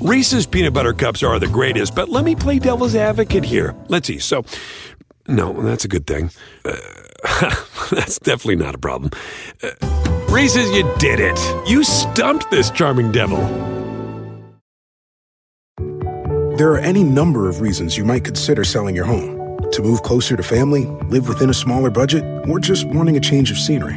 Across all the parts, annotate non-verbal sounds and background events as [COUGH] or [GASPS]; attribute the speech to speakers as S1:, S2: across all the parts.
S1: Reese's peanut butter cups are the greatest, but let me play devil's advocate here. Let's see. So, no, that's a good thing. Uh, [LAUGHS] that's definitely not a problem. Uh, Reese's, you did it. You stumped this charming devil.
S2: There are any number of reasons you might consider selling your home to move closer to family, live within a smaller budget, or just wanting a change of scenery.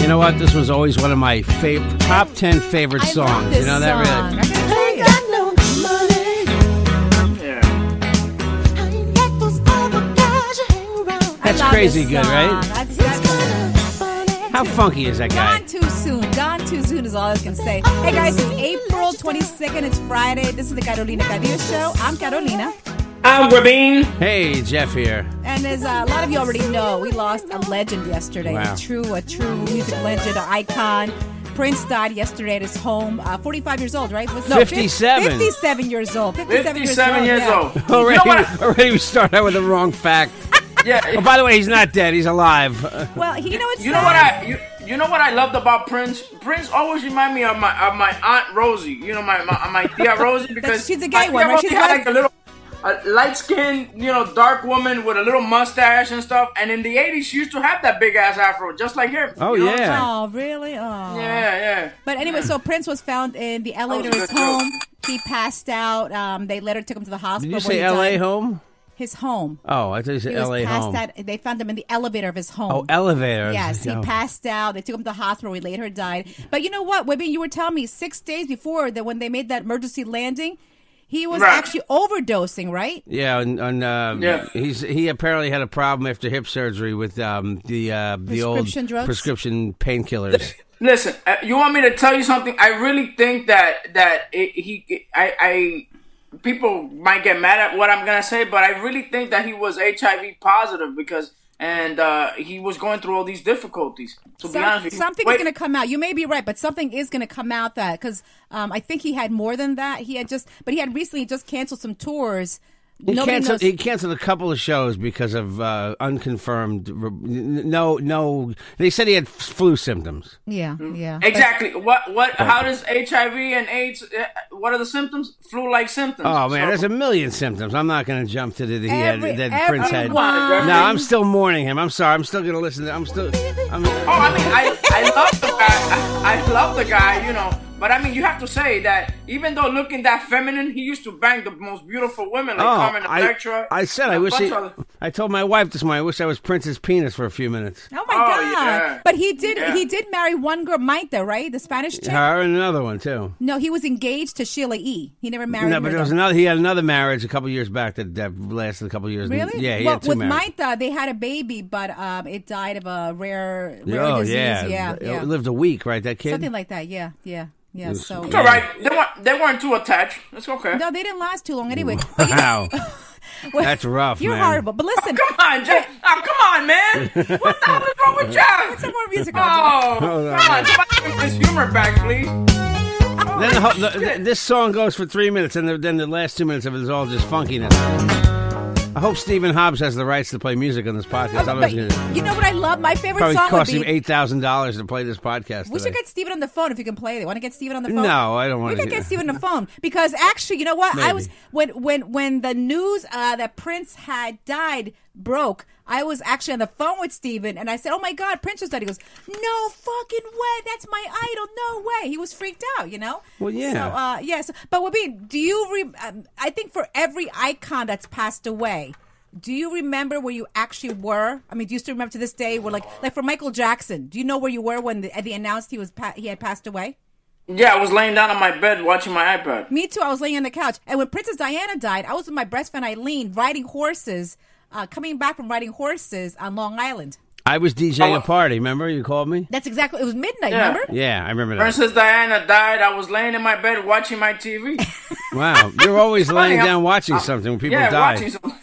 S3: You know what? This was always one of my fav- top ten favorite
S4: I
S3: songs.
S4: love this
S3: you know that
S4: song.
S3: really.
S4: I gotta tell
S5: ain't
S4: you.
S5: got no money. I ain't got those other guys you hang around.
S3: That's
S4: I love
S3: crazy
S4: this
S3: good, right?
S4: song. That's,
S5: It's
S4: that's
S5: kinda funny.
S3: How funky is that guy?
S4: Gone too soon. Gone too soon is all I can say. Hey guys, it's April 22nd. It's Friday. This is the Carolina Cadillo Show. I'm Carolina.
S6: I'm Rabin.
S3: Hey, Jeff here.
S4: And as uh, a lot of you already know, we lost a legend yesterday.
S3: Wow.
S4: A true, a true music legend, an icon. Prince died yesterday at his home, uh, 45 years old, right? Was- fif-
S3: 57.
S4: 57 years old. 57,
S6: 57 years
S4: yeah.
S6: old.
S3: [LAUGHS]
S6: You know
S3: Already,
S6: what? I-
S3: already we start out with the wrong
S4: [LAUGHS]
S3: fact.
S6: Yeah.
S3: Oh, by the way, he's not dead. He's alive. Uh,
S4: Well, he- you know what's
S6: You know
S4: sad?
S6: what I you, you know what I loved about Prince? Prince always remind me of my of my aunt Rosie. You know my my, my tia
S4: [LAUGHS]
S6: Rosie because
S4: she's a gay
S6: my tia
S4: one, right?
S6: Rosie
S4: She's
S6: had
S4: not a-
S6: like a little a light skinned you know dark woman with a little mustache and stuff. And in the '80s, she used to have that big ass afro just like him.
S3: Oh,
S6: You know what I'm
S3: yeah.
S6: saying?
S4: Oh, really? Oh.
S6: yeah,
S4: But anyway, so Prince was found in the
S6: That
S4: LA
S6: was
S4: to
S6: a
S4: his
S6: good joke.
S4: home. He passed out. Um, they later took him to the
S3: Did
S4: hospital.
S3: you
S4: where
S3: say
S4: he
S3: L.A.
S4: died.
S3: home?
S4: His home.
S3: Oh, I thought you said
S4: He
S3: L.A.
S4: was passed
S3: home.
S4: out. They found him in the elevator of his home.
S3: Oh, elevator.
S4: Yes, he
S3: Oh.
S4: passed out. They took him to the hospital. He later died. But you know what, Webby? You were telling me six days before that when they made that emergency landing, he was
S6: Right.
S4: actually overdosing, right?
S3: Yeah, and, and um,
S6: Yeah.
S3: he's he apparently had a problem after hip surgery with um, the uh, the old
S4: Prescription drugs?
S3: prescription painkillers.
S6: Listen, uh, you want me to tell you something? I really think that that it, he, I, I, people might get mad at what I'm gonna say, but I really think that he was HIV positive because, and uh, he was going through all these difficulties. To be honest with you,
S4: something
S6: Wait,
S4: is going to come out. You may be right, but something is going to come out that because um, I think he had more than that. He had just, but he had recently just canceled some tours.
S3: He
S4: Nobody
S3: canceled,
S4: knows-
S3: he canceled a couple of shows because of uh, unconfirmed. re- n- No, no. They said he had flu symptoms.
S4: yeah, yeah.
S6: Hmm? Exactly. What? What? How does HIV and AIDS? Uh, what are the symptoms? Flu-like symptoms.
S3: Oh man,
S6: So-
S3: there's a million symptoms. I'm not going to jump to the, the
S4: Every-
S3: that Prince had. No,
S4: everyone-
S3: I'm still mourning him. I'm sorry. I'm still going to listen. to I'm still. I'm,
S6: Oh, I mean, I, I love the guy. I, I love the guy, you know. But I mean, you have to say that even though looking that feminine, he used to bang the most beautiful women like Carmen
S3: oh, I-
S6: Electra.
S3: I, said
S6: and
S3: I
S6: a
S3: wish.
S6: bunch
S3: He,
S6: of-
S3: I told my wife this morning. I wish I was Prince's penis for a few minutes.
S4: Oh my
S6: Oh,
S4: god!
S6: yeah.
S4: But he did.
S6: Yeah.
S4: He did marry one girl, Maita, right? The Spanish chick.
S3: Her and another one too.
S4: No, he was engaged to Sheila E. He never married.
S3: No,
S4: her,
S3: but there was
S4: though.
S3: another. He had another marriage a couple years back that, that lasted a couple years.
S4: Really?
S3: Yeah, he
S4: well,
S3: had two
S4: with
S3: marriages.
S4: Maita, they had a baby, but um, it died of a rare, rare
S3: Oh
S4: disease.
S3: yeah,
S4: yeah,
S3: It lived a week, right? That kid.
S4: something like that. Yeah, yeah, yeah.
S3: It's-
S4: So
S3: It's
S6: It's all right. They weren't. They weren't too attached. It's okay.
S4: No, they didn't last too long
S3: [LAUGHS]
S4: anyway. [LAUGHS] But you know-
S3: [LAUGHS] wow, that's rough,
S4: You're
S3: man.
S4: horrible. But listen,
S6: Come on, Jeff. Oh, come on, man. What the hell is wrong with Jeff?
S4: some more music.
S6: Oh,
S3: [LAUGHS] Hold on.
S6: come on, Jeff. Bring his humor back, please.
S3: Then the, whole- the, the- this song goes for three minutes, and the, then the last two minutes of it is all just funkiness. I hope Stephen Hobbs has the rights to play music on this podcast.
S4: But
S3: Otherwise, it's gonna
S4: you know Oh, what I love? My favorite
S3: probably
S4: song would
S3: cost
S4: be.
S3: him eight thousand dollars to play this podcast.
S4: we should
S3: today.
S4: get Steven on the phone if you can play it. Want to get Steven on the phone?
S3: No, I don't
S4: We
S3: want
S4: can
S3: to.
S4: get Steven on
S3: [LAUGHS]
S4: the phone because actually, you know what? I
S3: Maybe.
S4: was when when when the news uh, that Prince had died broke. I was actually on the phone with Steven and I said, "Oh my God, Prince was dead." He goes, "No fucking way! That's my idol! No way!" He was freaked out, you know.
S3: Well, yeah.
S4: So, uh, yes, but Wabin, do you? Re- um, I think for every icon that's passed away. Do you remember where you actually were? I mean, do you still remember to this day? Where like, like for Michael Jackson, do you know where you were when the, they announced he was pa- he had passed away?
S6: Yeah, I was laying down on my bed watching my iPad.
S4: Me too. I was laying on the couch. And when Princess Diana died, I was with my best friend Eileen riding horses, uh, coming back from riding horses on Long Island.
S3: I was DJing
S6: Oh.
S3: a party. Remember you called me?
S4: That's exactly. It was midnight.
S6: Yeah.
S4: Remember?
S3: Yeah, I remember that.
S6: Princess Diana died. I was laying in my bed watching my TV.
S3: Wow, you're
S6: [LAUGHS]
S3: always laying
S6: I'm-
S3: down watching something when people
S6: yeah,
S3: die.
S6: watching some.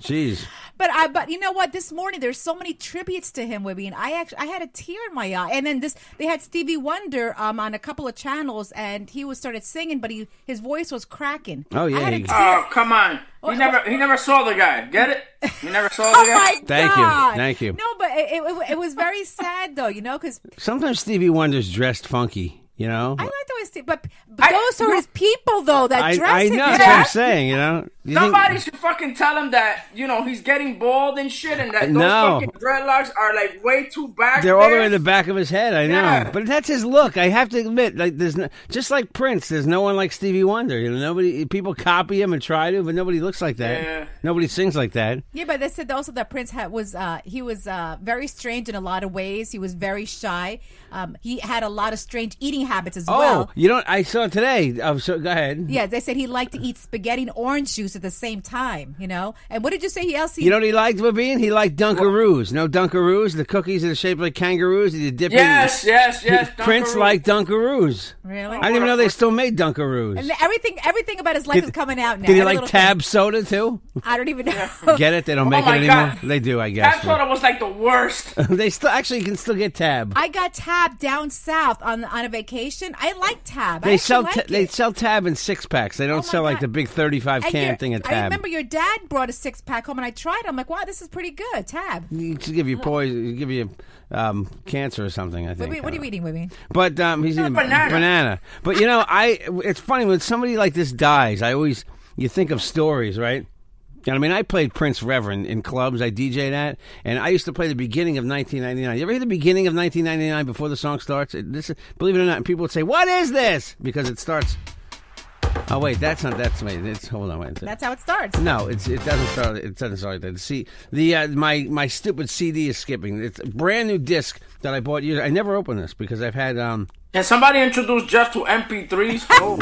S3: Jeez.
S4: But I, but you know what? This morning there's so many tributes to him, Wibby, and I actually I had a tear in my eye. And then this, they had Stevie Wonder um on a couple of channels, and he was started singing, but he his voice was cracking.
S3: Oh, yeah,
S4: I had a
S3: he-
S4: tear.
S6: Oh come on! He never he never saw the guy. Get it? He never saw
S4: [LAUGHS]
S6: the
S4: Oh
S6: guy.
S4: my
S3: Thank you.
S4: God.
S3: Thank you.
S4: No, but it, it, it was very sad though, you know, because
S3: Sometimes Stevie Wonder's dressed funky. You know.
S4: I like the way Steve, but, but
S6: I-
S4: those are his people though that
S3: I,
S4: dress
S3: I know
S4: him.
S3: that's what I'm saying. You know. You think-
S6: Somebody should fucking tell him that you know he's getting bald and shit, and that those
S3: Uh, No.
S6: fucking dreadlocks are like way too back.
S3: They're all the way
S6: there.
S3: in the back of his head. I know,
S6: Yeah.
S3: but that's his look. I have to admit, like there's no, just like Prince, there's no one like Stevie Wonder. You know, nobody people copy him and try to, but nobody looks like that.
S6: Yeah.
S3: Nobody sings like that.
S4: Yeah, but they said also that Prince had, was uh, he was uh, very strange in a lot of ways. He was very shy. Um, he had a lot of strange eating habits as well.
S3: oh, you don't. I saw today. Oh, so go ahead.
S4: Yeah, they said he liked to eat spaghetti and orange juice at the same time. You know, and what did you say? He else he
S3: You know what he liked, Levine? He liked Dunkaroos. No Dunkaroos. The cookies are shaped like kangaroos. You dip in-
S6: Yes, yes, yes.
S3: He- Prince
S6: Dunkaroos.
S3: liked Dunkaroos.
S4: really.
S3: I didn't even know they still made Dunkaroos.
S4: And everything, everything about his life
S3: Did-
S4: is coming out now.
S3: Did he
S4: Every
S3: like
S4: little thing.
S3: Tab soda too?
S4: I don't even know.
S3: Get it? They don't
S6: Oh
S3: make
S6: my
S3: it anymore.
S6: God.
S3: They do, I
S6: That
S3: guess.
S6: photo was like
S3: [LAUGHS]
S6: the worst.
S3: they still actually you can still get Tab.
S4: I got Tab down south on on a vacation. I like Tab. I
S3: They
S4: actually
S3: sell
S4: like
S3: ta-
S4: it. Oh
S3: they sell tab in six packs. They don't
S4: my
S3: sell like
S4: God.
S3: the big thirty five
S4: And
S3: can
S4: your-
S3: thing of
S4: I
S3: tab.
S4: remember your dad brought a six pack home, and I tried. it. I'm like, wow, this is pretty good. Tab.
S3: You should give you poison, you give you um, cancer or something. I think.
S4: Wait, what are you eating, Wibby?
S3: But um, he's eating banana.
S6: banana.
S3: But you know, I it's funny when somebody like this dies. I always you think of stories, right? And I mean, I played Prince Reverend in clubs. I DJ'd at, and I used to play the beginning of 1999. You ever hear the beginning of 1999 before the song starts? It, this, is- believe it or not, and people would say, "What is this?" Because it starts. Oh wait, that's not that's me. It's hold on, wait.
S4: That's how it starts.
S3: No, it's, it doesn't start. It doesn't start like that. See, the uh, my my stupid CD is skipping. It's a brand new disc that I bought. years- I never opened this because I've had. um
S6: Can somebody introduce Jeff to
S4: [LAUGHS]
S6: MP3s? Oh,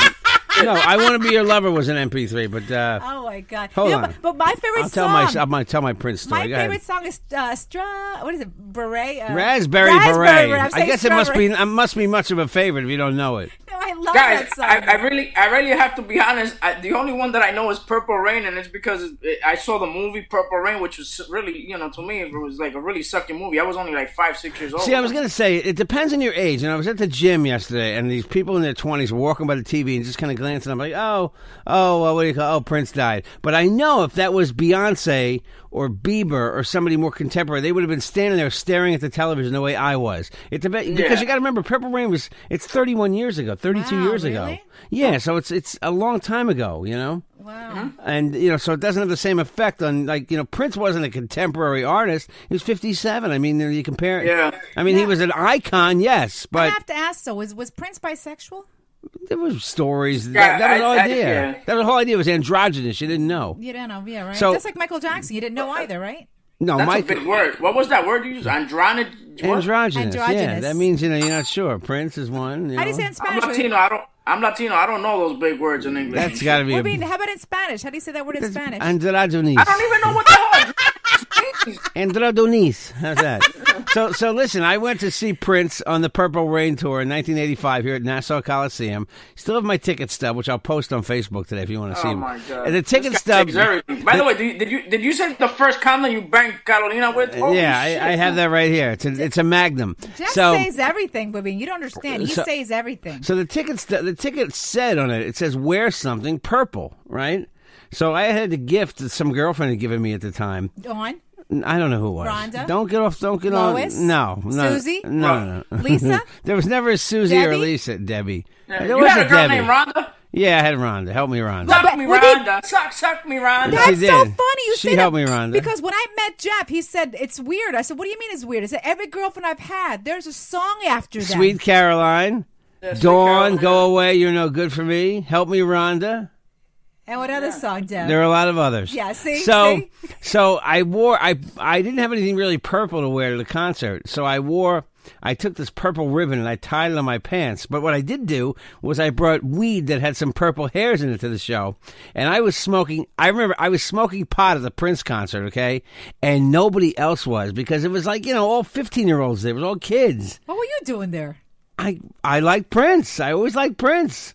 S3: No, I want to be your lover was an MP3, but uh,
S4: Oh my god!
S3: Hold
S4: You know,
S3: on.
S4: But, but my favorite
S3: I'll tell
S4: song.
S3: my I'm gonna tell my Prince story.
S4: my
S3: Go
S4: favorite
S3: ahead.
S4: song is uh, Stra. What is it? Beret. Uh,
S3: Raspberry,
S4: Raspberry
S3: Beret.
S4: I'm
S3: I
S4: saying
S3: guess it must be
S4: strawberry.
S3: it must be much of a favorite if you don't know it.
S4: No, [LAUGHS] I love
S6: guys,
S4: that song.
S6: I, I really, I really have to be honest. I, the only one that I know is Purple Rain, and it's because it, I saw the movie Purple Rain, which was really, you know, to me, it was like a really sucky movie. I was only like five, six years old.
S3: See, I was gonna say it depends on your age. And I was at the gym yesterday, and these people in their twenties walking by the TV and just kind of glancing. I'm like, oh, oh, uh, what do you call? Oh, Prince died. But I know if that was Beyonce or Bieber or somebody more contemporary, they would have been standing there staring at the television the way I was. It depends because
S6: Yeah.
S3: you got to remember, Purple Rain was it's 31 years ago, 32
S4: Wow,
S3: years ago.
S4: really?
S3: Yeah, so it's it's a long time ago. You know
S6: Hmm?
S4: wow.
S3: and you know so it doesn't have the same effect on like you know prince wasn't a contemporary artist he was 57 i mean you compare
S6: Yeah.
S3: i mean he was an icon yes
S4: I
S3: but
S4: have to ask though: was was Prince bisexual?
S3: there was stories that,
S6: Yeah,
S3: that was the
S6: I-
S3: whole
S6: I-
S3: idea
S6: yeah.
S3: that was the whole idea It was androgynous you didn't know
S4: You don't know, yeah, right?
S3: So-
S4: That's like Michael Jackson. You didn't know either, right?
S3: no
S6: That's
S3: Mike-
S6: a big word. What was that word you used? Andronid. what?
S3: androgynous, yeah
S4: Androgynous.
S3: that means you know you're not sure prince is one you
S4: How do you
S3: know.
S4: say it in Spanish?
S6: I'm Latino. I don't. I'm Latino. I don't know those big words in English.
S3: that's got to be
S4: What
S3: a-
S4: do you mean? How about in Spanish? How do you say that word in Spanish?
S3: androgynous
S6: I don't even know what the hell. means.
S3: Androdonis. How's that? so, so listen, I went to see Prince on the Purple Rain tour in 1985 here at Nassau Coliseum. Still have my ticket stub, which I'll post on Facebook today if you want to [LAUGHS] see
S6: Oh
S3: him.
S6: my god!
S3: And the
S6: This
S3: ticket
S6: guy
S3: stub.
S6: takes everything. By the way, did you, did you did you say the first condom you banged Carolina with? Holy
S3: Uh, yeah, I,
S6: shit.
S3: I have that right here. It's a, it's a Magnum.
S4: Jeff
S3: so,
S4: says everything, Bobby. You don't understand. He
S3: So-
S4: says everything.
S3: So the ticket st- the ticket said on it, it says wear something purple, right? So I had a gift that some girlfriend had given me at the time.
S4: On
S3: I don't know who it was.
S4: Rhonda?
S3: Don't get off. Don't get
S4: Lois?
S3: on. No, no,
S4: Susie?
S3: No, [LAUGHS] no.
S4: Lisa?
S3: there was never a Susie or
S4: Debbie?
S3: Lisa. Debbie. There
S6: You
S3: was
S6: had a girl
S3: Debbie.
S6: named Rhonda.
S3: Yeah, I had Rhonda. Help me, Rhonda.
S6: Suck me,
S4: Well, they-
S6: Rhonda. Suck, suck me, Rhonda.
S3: She
S4: That's so
S3: did.
S4: funny. You
S3: She
S4: say
S3: helped
S4: that
S3: me, Rhonda.
S4: Because when I met Jeff, he said it's weird. I said, "What do you mean it's weird?" I said, "Every girlfriend I've had, there's a song after that."
S3: Sweet Caroline.
S6: Sweet
S3: Dawn,
S6: Caroline.
S3: go away. You're no good for me. Help me, Rhonda.
S4: And what other song, Jeff?
S3: There are a lot of others.
S4: Yeah, see,
S3: So,
S4: see?
S3: so I wore. I I didn't have anything really purple to wear to the concert, so I wore I took this purple ribbon and I tied it on my pants. But what I did do was I brought weed that had some purple hairs in it to the show. And I was smoking, I remember I was smoking pot at the Prince concert, okay? And nobody else was because it was like, you know, all 15 year olds there, it was all kids.
S4: What were you doing there?
S3: I, I like Prince. I always like Prince.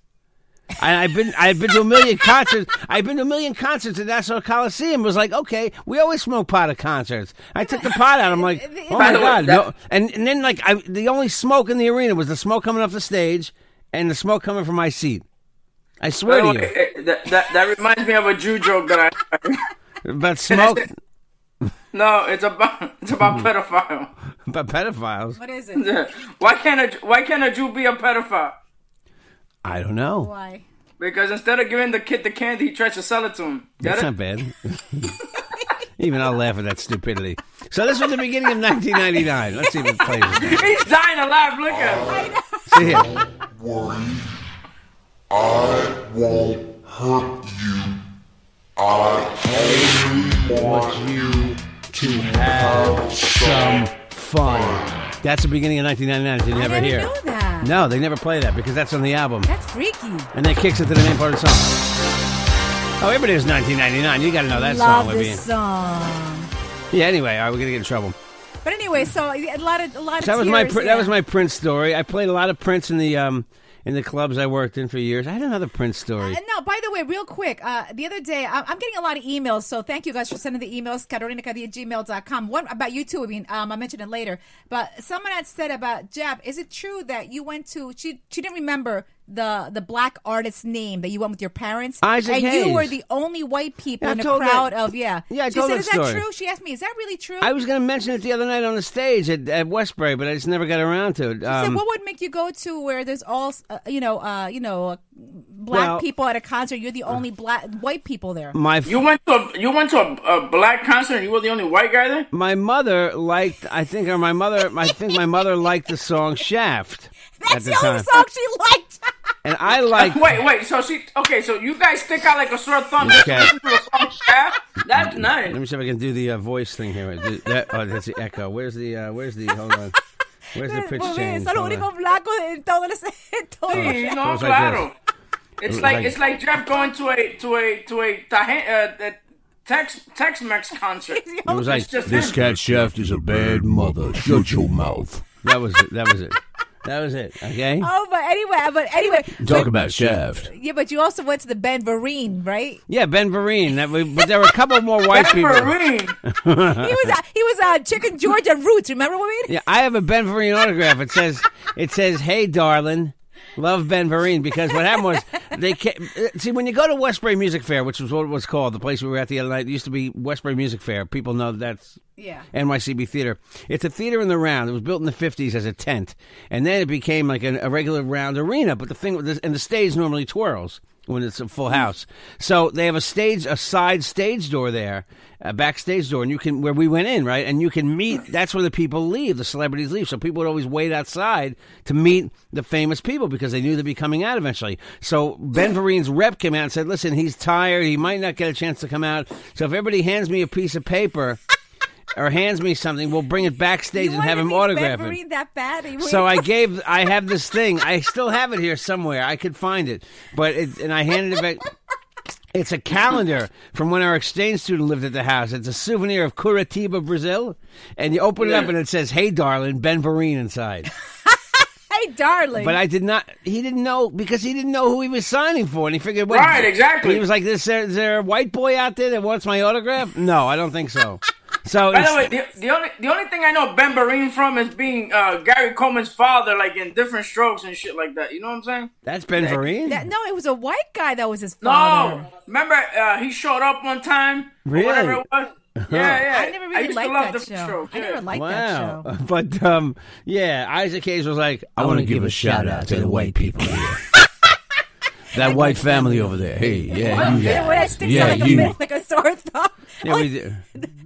S3: And I've been I've been to a million concerts. I've been to a million concerts at National Coliseum. It was like, okay, we always smoke pot at concerts. I took the pot out. I'm like, oh my
S6: By [LAUGHS] the way,
S3: god,
S6: that-
S3: no. And and then like I, the only smoke in the arena was the smoke coming off the stage and the smoke coming from my seat. I swear to you
S6: Eh, eh, that, that, that reminds me of a Jew joke that I.
S3: about smoke, [LAUGHS]
S6: no, it's about [LAUGHS] it's about
S3: Mm-hmm.
S6: pedophile.
S3: about pedophiles.
S4: What is it?
S6: Yeah. Why can't a why can't a Jew be a pedophile?
S3: I don't know.
S4: Why?
S6: Because instead of giving the kid the candy, he tries to sell it to him. Get
S3: That's
S6: it?
S3: not bad. [LAUGHS] Even I'll laugh at that stupidity. So this was the beginning of 1999. Let's see if it plays. again.
S6: He's dying alive. Look at him.
S3: See here.
S7: worry. I won't hurt you. I only want you to have some
S3: fun. That's the beginning of 1999. You never
S4: I never
S3: hear.
S4: knew that.
S3: No, they never play that because that's on the album,
S4: That's freaky.
S3: and that kicks it to the main part of the song. Oh, everybody knows 1999. You got to know that
S4: Love
S3: song,
S4: this
S3: Libby.
S4: song.
S3: Yeah. Anyway, all right, we're gonna get in trouble.
S4: But anyway, so a lot of a lot of
S3: So that was my
S4: tears,
S3: Pr-
S4: yeah.
S3: that was my Prince story. I played a lot of Prince in the um in the clubs I worked in for years. I had another Prince story.
S4: Uh, no, by the way, real quick, uh, the other day, I- I'm getting a lot of emails, so thank you guys for sending the emails, carolinacadilla@gmail.com. One about you too, I mean, um, I mentioned it later, but someone had said about Jeb, is it true that you went to, she, she didn't remember the the black artist's name that you went with your parents?
S3: Isaac
S4: And you
S3: Hayes.
S4: were the only white people
S3: Yeah, I
S4: in a
S3: told that-
S4: crowd of, yeah.
S3: Yeah, I
S4: she
S3: told
S4: said,
S3: that
S4: is that
S3: story.
S4: true? She asked me, is that really true?
S3: I was gonna mention it the other night on the stage at, at Westbury, but I just never got around to it.
S4: I said,
S3: Um,
S4: what would make you go to where there's all, uh, you know, uh, you know, uh, black
S3: Well- uh, Mm,
S4: people at a concert? You're the only black white people there.
S3: my f-
S6: You went to a, you went to a, a black concert. and You were the only white guy there.
S3: my mother liked I think or my mother I think my mother liked the song Shaft. at
S4: [LAUGHS] That's
S3: the
S4: the
S3: time.
S4: only song she liked.
S3: And I like
S6: [LAUGHS] Wait, wait. So she okay. So you guys stick out like a sore thumb.
S3: Okay.
S6: Just listen to the song Shaft?
S3: Let
S6: That's
S3: me
S6: nice.
S3: see if I can do the uh, voice thing here. Do- that- oh, that's the echo. Where's the uh, Where's the Hold on. Where's [LAUGHS] the pitch
S4: Pues ve,
S3: change?
S4: son los
S3: Hold on.
S4: únicos blacos en todo el- en todo el- [LAUGHS]
S6: You
S3: It
S6: know,
S3: was like
S6: claro.
S3: this.
S6: It's
S3: was
S6: like,
S3: like-
S6: it's like Jeff going to a to a to a Tahi- uh, uh, Tex Tex
S3: [LAUGHS]
S6: Mex concert.
S3: It was like
S6: just
S3: this
S6: him.
S3: cat shaft is a bad mother.
S7: shut your mouth.
S3: That was it. That was it. That was it. Okay.
S4: [LAUGHS] Oh, but anyway, but anyway,
S7: Talk about shaft.
S4: yeah. But you also went to the Ben
S3: [LAUGHS]
S4: Vereen, right?
S3: Yeah, Ben Vereen. That we, but there were a couple more white
S6: That's
S3: people.
S6: Marine.
S4: He was uh, he was uh, Chicken George and Roots. Remember what we did?
S3: Yeah, I have a Ben Vereen autograph. It says, "It says, hey, darling." Love Ben Vereen because what happened was they ca- uh, see when you go to Westbury Music Fair, which was what it was called, the place we were at the other night. It used to be Westbury Music Fair. People know that's
S4: Yeah.
S3: NYCB Theater. It's a theater in the round. It was built in the 50s as a tent, and then it became like an, a regular round arena. But the thing, with this, and the stage normally twirls when it's a full house. So they have a stage, a side stage door there, a backstage door, and you can where we went in, right? And you can meet. That's where the people leave, the celebrities leave. So people would always wait outside to meet the famous people because they knew they'd be coming out eventually. So Ben Vereen's rep came out and said, "Listen, he's tired. He might not get a chance to come out. So if everybody hands me a piece of paper." or hands me something, we'll bring it backstage
S4: You
S3: and have
S4: wanted to
S3: him
S4: be
S3: autograph
S4: Ben
S3: it.
S4: Vereen that bad? You
S3: So I
S4: wanted-
S3: gave, I have this thing. I still have it here somewhere. I could find it, but it, and I handed it back. It's a calendar from when our exchange student lived at the house. It's a souvenir of Curitiba, Brazil, and you open it up
S6: Yeah.
S3: and it says, "Hey, darling, Ben Vereen inside."
S4: [LAUGHS] hey, darling.
S3: But I did not. He didn't know because he didn't know who he was signing for, and he figured, what,
S6: Right, exactly.
S3: He was like, "Is there, is there a white boy out there that wants my autograph?" No, I don't think
S6: [LAUGHS]
S3: so. So
S6: By
S3: it's-
S6: the way, the, the only the only thing I know Ben Vereen from is being uh, Gary Coleman's father, like in different strokes and shit like that. You know what I'm saying?
S3: that's Ben Vereen.
S4: That- no, it was a white guy that was his
S6: No,
S4: father.
S6: remember uh, he showed up one time. or Whatever
S3: Really? Uh-huh.
S6: it was. Yeah, yeah.
S4: I never really
S6: used to
S4: liked
S6: love
S4: that show.
S6: different strokes,
S4: I
S6: yeah.
S4: never liked
S3: Wow.
S4: that show.
S3: [LAUGHS] But um, yeah, Isaac Hayes was like, I, want to give a shout out to the white people here. [LAUGHS] that white family over there. Hey, yeah, you-
S4: Yeah, when it sticks
S3: Yeah,
S4: out like,
S3: you-
S4: a, bit- like a sore thumb.
S3: [LAUGHS]
S4: Oh,
S3: Yeah, we do.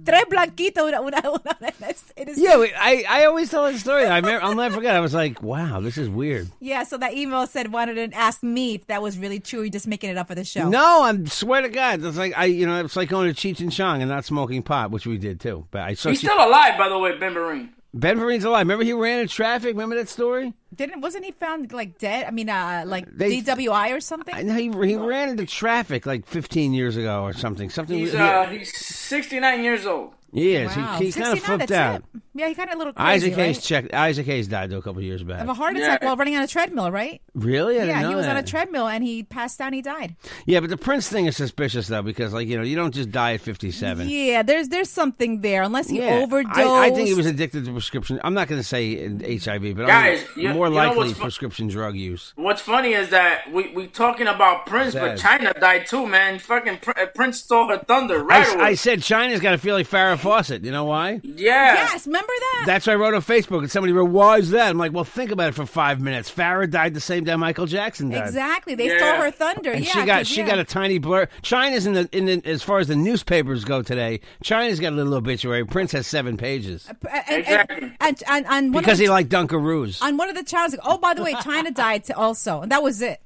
S4: Tres blanquito, una, una, una. It is
S3: Yeah, we, I, I always tell that story. I remember, I'll never forget. I was like, wow, this is weird.
S4: Yeah, so that email said wanted to ask me if that was really true. You're just making it up for the show.
S3: No, I swear to God, it's like I, you know, it's like going to Cheech and Chong and not smoking pot, which we did too. But I saw
S6: He's
S3: Cheech-
S6: still alive, by the way, Ben Vereen.
S3: Ben Vereen's alive. Remember he ran in traffic? Remember that story?
S4: Didn't wasn't he found like dead? I mean, uh, like
S3: They-
S4: DWI or something.
S3: I know he, he ran into traffic like 15 years ago or something. Something.
S6: He's
S3: he,
S6: uh, he's 69 years old.
S3: he is.
S4: Wow,
S3: He, he's kind of
S4: 69,
S3: flipped out.
S4: that's it. Yeah, he kind of a little crazy,
S3: Isaac Hayes
S4: right?
S3: checked. Isaac Hayes died though a couple years back.
S4: Of a heart attack
S6: Yeah.
S4: while running on a treadmill, right?
S3: Really? I didn't
S4: Yeah,
S3: know
S4: he was on a
S3: that.
S4: treadmill and he passed out and he died.
S3: Yeah, but the Prince thing is suspicious though because like you know you don't just die at 57.
S4: Yeah, there's there's something there unless he
S3: Yeah,
S4: overdosed.
S3: I, I think he was addicted to prescription. I'm not going to say HIV, but
S6: Guys,
S3: I'm
S6: you-
S3: more
S6: you know
S3: likely
S6: what's fu-
S3: prescription drug use.
S6: What's funny is that we we talking about Prince,
S3: Sad.
S6: but China died too, man. Fucking Pr- uh, Prince stole her thunder
S3: I,
S6: right
S3: s-
S6: away.
S3: I said China's got to feel like Farrah Fawcett. You know why?
S6: yeah.
S4: Yes, remember that?
S3: That's what I wrote on Facebook, and somebody wrote, "Why is that?" I'm like, "Well, think about it for five minutes. Farrah died the same day Michael Jackson died.
S4: exactly. They
S6: Yeah.
S4: stole her [LAUGHS] thunder.
S3: And
S4: yeah,
S3: she got
S4: 'cause,
S3: she
S4: yeah.
S3: got a tiny blur. China's in the in the, as far as the newspapers go today. China's got a little obituary. Prince has seven pages
S4: and, and,
S6: Exactly.
S4: and, and, and one
S3: because
S4: of
S3: he
S4: the,
S3: liked Dunkaroos.
S4: on one of the channels. Like, oh, by the way, China died to also, and that was it.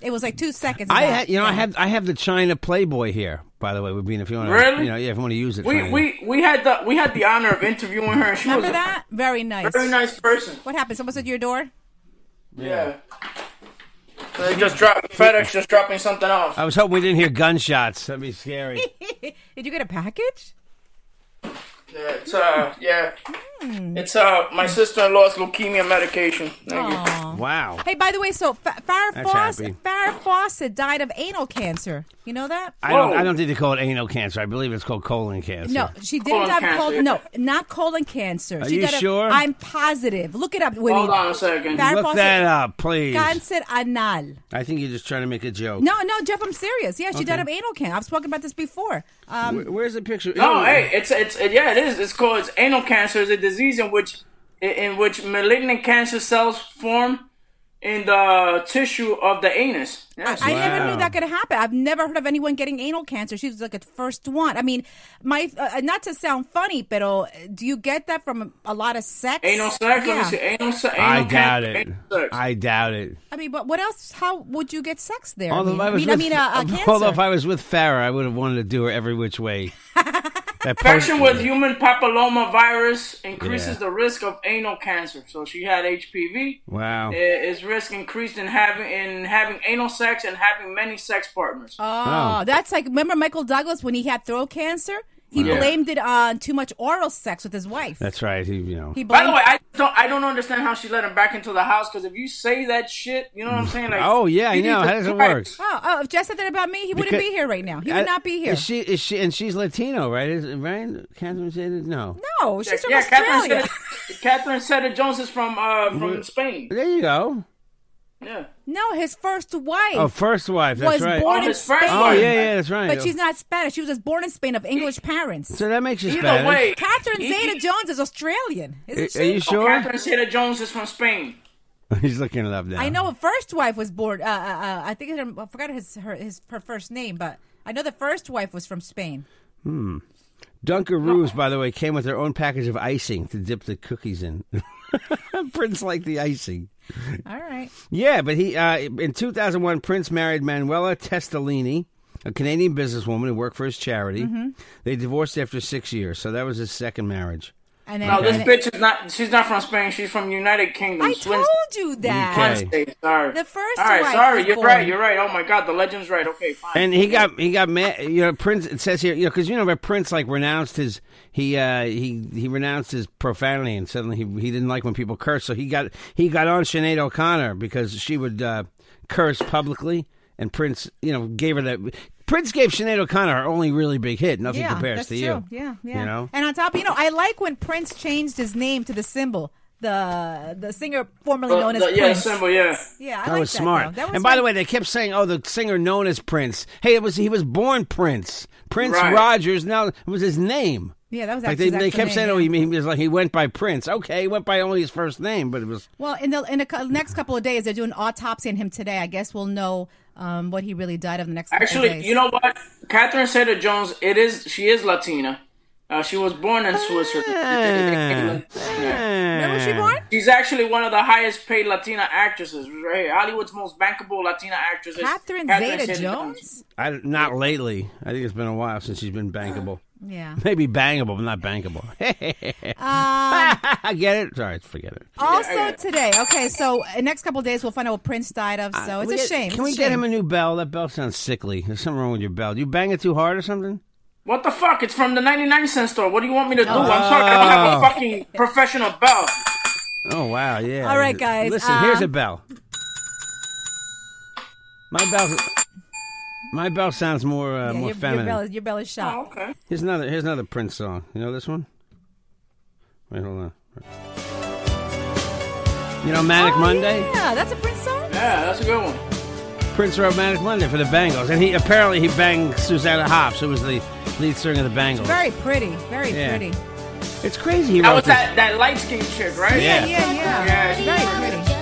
S4: It was like two seconds. of
S3: I
S4: that.
S3: had you know I
S4: Yeah.
S3: have I have the China Playboy here. By the way, would be if you want to
S6: Really?
S3: you know yeah, if you want to use it.
S6: We,
S3: China.
S6: we we had the we had the honor of interviewing her. and She
S4: Remember
S6: was
S4: that? Very
S6: a
S4: nice.
S6: very nice person.
S4: What happened? Someone said your door.
S6: Yeah. They just dropped FedEx just dropping something off.
S3: I was hoping we didn't hear gunshots. That'd be
S4: [LAUGHS]
S3: scary.
S4: Did you get a package?
S6: Yeah, it's uh yeah. It's uh my sister-in-law's leukemia medication. Thank you.
S4: Aw.
S3: wow.
S4: Hey, by the way, so Fa- Farrah
S3: That's
S4: Fawcett,
S3: happy.
S4: Farrah Fawcett died of anal cancer. You know that?
S3: I don't,
S6: Whoa.
S3: I don't think they call it anal cancer. I believe it's called colon cancer.
S4: No, she didn't
S6: Colon
S4: have
S6: cancer.
S4: colon. No, not colon cancer.
S3: Are
S4: she
S3: you
S4: got a-
S3: sure?
S4: I'm positive. Look it up, women.
S6: Hold on a second.
S4: Farrah
S3: Look
S4: Fawcett,
S3: that up, please.
S4: Cancer anal.
S3: I think you're just trying to make a joke.
S4: No, no, Jeff, I'm serious. Yeah, she died of anal cancer. I've spoken about this before. Um,
S3: Where- Where's the picture?
S6: No,
S3: Ew.
S6: hey, it's it's it, yeah, it is. It's called it's anal cancer. It's a disease in which in which malignant cancer cells form in the tissue of the anus. Yes.
S4: I never
S3: Wow.
S4: knew that could happen. I've never heard of anyone getting anal cancer. She was like the first one. I mean, my uh, not to sound funny, but uh, do you get that from a lot of sex?
S6: anal sex. Let me
S4: Yeah.
S6: see. Anal, se- anal
S3: I doubt
S6: cancer,
S3: it.
S6: anal sex.
S3: I doubt it.
S4: I mean, but what else? How would you get sex there?
S3: Although if I
S4: I
S3: was
S4: mean, I
S3: with,
S4: mean, I mean, uh, uh,
S3: [LAUGHS] although if
S4: cancer.
S3: I was with Farrah, I would have wanted to do her every which
S4: [LAUGHS]
S3: way. That
S6: Infection
S3: post-
S6: with human papillomavirus increases
S3: Yeah.
S6: the risk of anal cancer. So she had HPV.
S3: Wow.
S6: I- Its risk increased in having in having anal sex and having many sex partners.
S4: Oh, that's like remember Michael Douglas when he had throat cancer? He
S6: Yeah.
S4: blamed it on too much oral sex with his wife.
S3: That's right. He, you know.
S4: he
S6: By
S4: blamed
S6: the way, I don't I don't understand how she let him back into the house because if you say that shit, you know what I'm saying? Like,
S3: Oh, yeah, I
S6: Jesus
S3: know. How does it
S6: Christ.
S3: work?
S4: oh, oh, if Jess said that about me, he wouldn't
S3: Because-
S4: be here right now. He would
S3: I-
S4: not be here.
S3: Is she? Is she? And she's Latino, right? Is right? Catherine said it? No.
S4: no, she's from
S6: yeah,
S4: Australia. [LAUGHS]
S6: Catherine Zeta, Catherine Zeta Jones is from uh from Spain.
S3: There you go.
S6: Yeah,
S4: no, his first wife.
S3: Oh, first wife. That's
S4: was
S3: right.
S4: born
S6: Oh,
S4: in
S6: his first
S4: Spain.
S3: oh, yeah, yeah. That's right.
S4: But she's not Spanish. She was just born in Spain of English parents.
S3: So that makes you
S6: Either
S3: Spanish.
S6: way,
S4: Catherine
S6: e-
S4: Zeta
S6: e-
S4: Jones is Australian,
S3: Are-
S4: isn't
S3: Are
S4: she?
S3: you
S6: Oh,
S3: sure?
S6: Catherine Zeta Jones is from Spain.
S3: [LAUGHS] He's looking it up now.
S4: I know her first wife was born. Uh, uh, uh, I think her, I forgot his her his her first name, but I know the first wife was from Spain.
S3: Dunkaroos, by the way, came with their own package of icing to dip the cookies in. [LAUGHS] Prince liked the icing.
S4: All right,
S3: Yeah, but he uh, in 2001, Prince married Manuela Testolini, a Canadian businesswoman who worked for his charity.
S4: Mm-hmm.
S3: They divorced after six years, so that was his second marriage.
S4: and then
S6: No, this
S4: and-
S6: bitch is not. She's not from Spain. She's from United Kingdom.
S4: I
S6: Swin-
S4: told you that.
S3: Okay.
S6: Hey, sorry.
S4: The first
S6: All right,
S4: wife
S6: sorry.
S4: was
S6: You're
S4: born.
S6: right. You're right. Oh my God, the legend's right. Okay, fine.
S3: And he got he got mad. You know, Prince. It says here, you know, because you know, but Prince like renounced his he uh he he renounced his profanity, and suddenly he he didn't like when people cursed. So he got he got on Sinead O'Connor because she would uh, curse publicly, and Prince you know gave her that. Prince gave Sinead O'Connor her only really big hit. Nothing
S4: Yeah,
S3: compares
S4: that's
S3: to
S4: true.
S3: you.
S4: Yeah, yeah.
S3: You know.
S4: And on top, you know, I like when Prince changed his name to the symbol. The the singer formerly
S6: Uh,
S4: known as
S6: the- yeah,
S4: Prince.
S6: symbol. Yeah.
S4: Yeah, I
S3: That
S4: like
S3: was
S4: that,
S3: smart.
S4: though. That was
S3: and by the
S4: smart.
S3: way, they kept saying, "Oh, the singer known as Prince." Hey, it was he was born Prince. Prince
S6: Right.
S3: Rogers. Now it was his name.
S4: yeah, that was
S3: Like they,
S4: actually his
S3: they
S4: actual
S3: kept
S4: name,
S3: saying,
S4: yeah.
S3: "Oh, he, he was like he went by Prince." Okay, he went by only his first name, but it
S6: [LAUGHS]
S3: was
S4: Well, in the in the cou- next couple of days, they're doing autopsy on him today. I guess we'll know um, what he really died of in the next. couple of
S6: Actually,
S4: days.
S6: you know what? Catherine Zeta Jones. It is. She is Latina. Uh, she was born in
S4: Ah.
S6: Switzerland.
S4: where was she born?
S6: She's actually one of the highest paid Latina actresses right here. Hollywood's most bankable Latina actresses.
S4: Catherine Zeta Jones.
S3: I, not lately. I think it's been a
S4: [GASPS]
S3: while since she's been bankable. [LAUGHS]
S4: Yeah.
S3: Maybe bangable, but not bankable.
S4: Um,
S3: I get it. Sorry, forget it.
S4: Also today. Okay, so uh, next couple days we'll find out what Prince died of. So it's
S3: Uh, We
S4: a
S3: get-
S4: shame.
S3: Can
S4: It's
S3: we
S4: a
S3: get
S4: shame.
S3: him a new bell? That bell sounds sickly. There's something wrong with your bell. You bang it too hard or something?
S6: What the fuck? It's from the 99 cent store. What do you want me to do? I'm sorry, I don't have
S4: Ah.
S6: a fucking professional belt.
S3: Oh wow, yeah.
S4: All right, guys,
S3: Listen, here's
S4: uh,
S3: a bell. My bell. My bell sounds more uh, more
S4: Yeah, your, your
S3: feminine.
S4: bell is your bell is shot.
S6: Okay.
S3: Here's another here's another Prince song. You know this one? Wait, hold on. You know Manic Monday?
S4: Oh, Yeah, that's a Prince song.
S6: Yeah, that's a good one.
S3: Prince wrote Manic Monday for the Bangles, and he apparently he banged Susanna Hobbs, who was the lead singer of the Bangles.
S4: Very pretty. Very
S3: Yeah.
S4: pretty.
S3: it's crazy. He
S6: That
S3: wrote
S6: was
S3: this-
S6: that, that light skinned chick, right?
S3: Yeah.
S4: Yeah, yeah.
S6: Yeah, she's
S4: very
S6: pretty.
S4: pretty.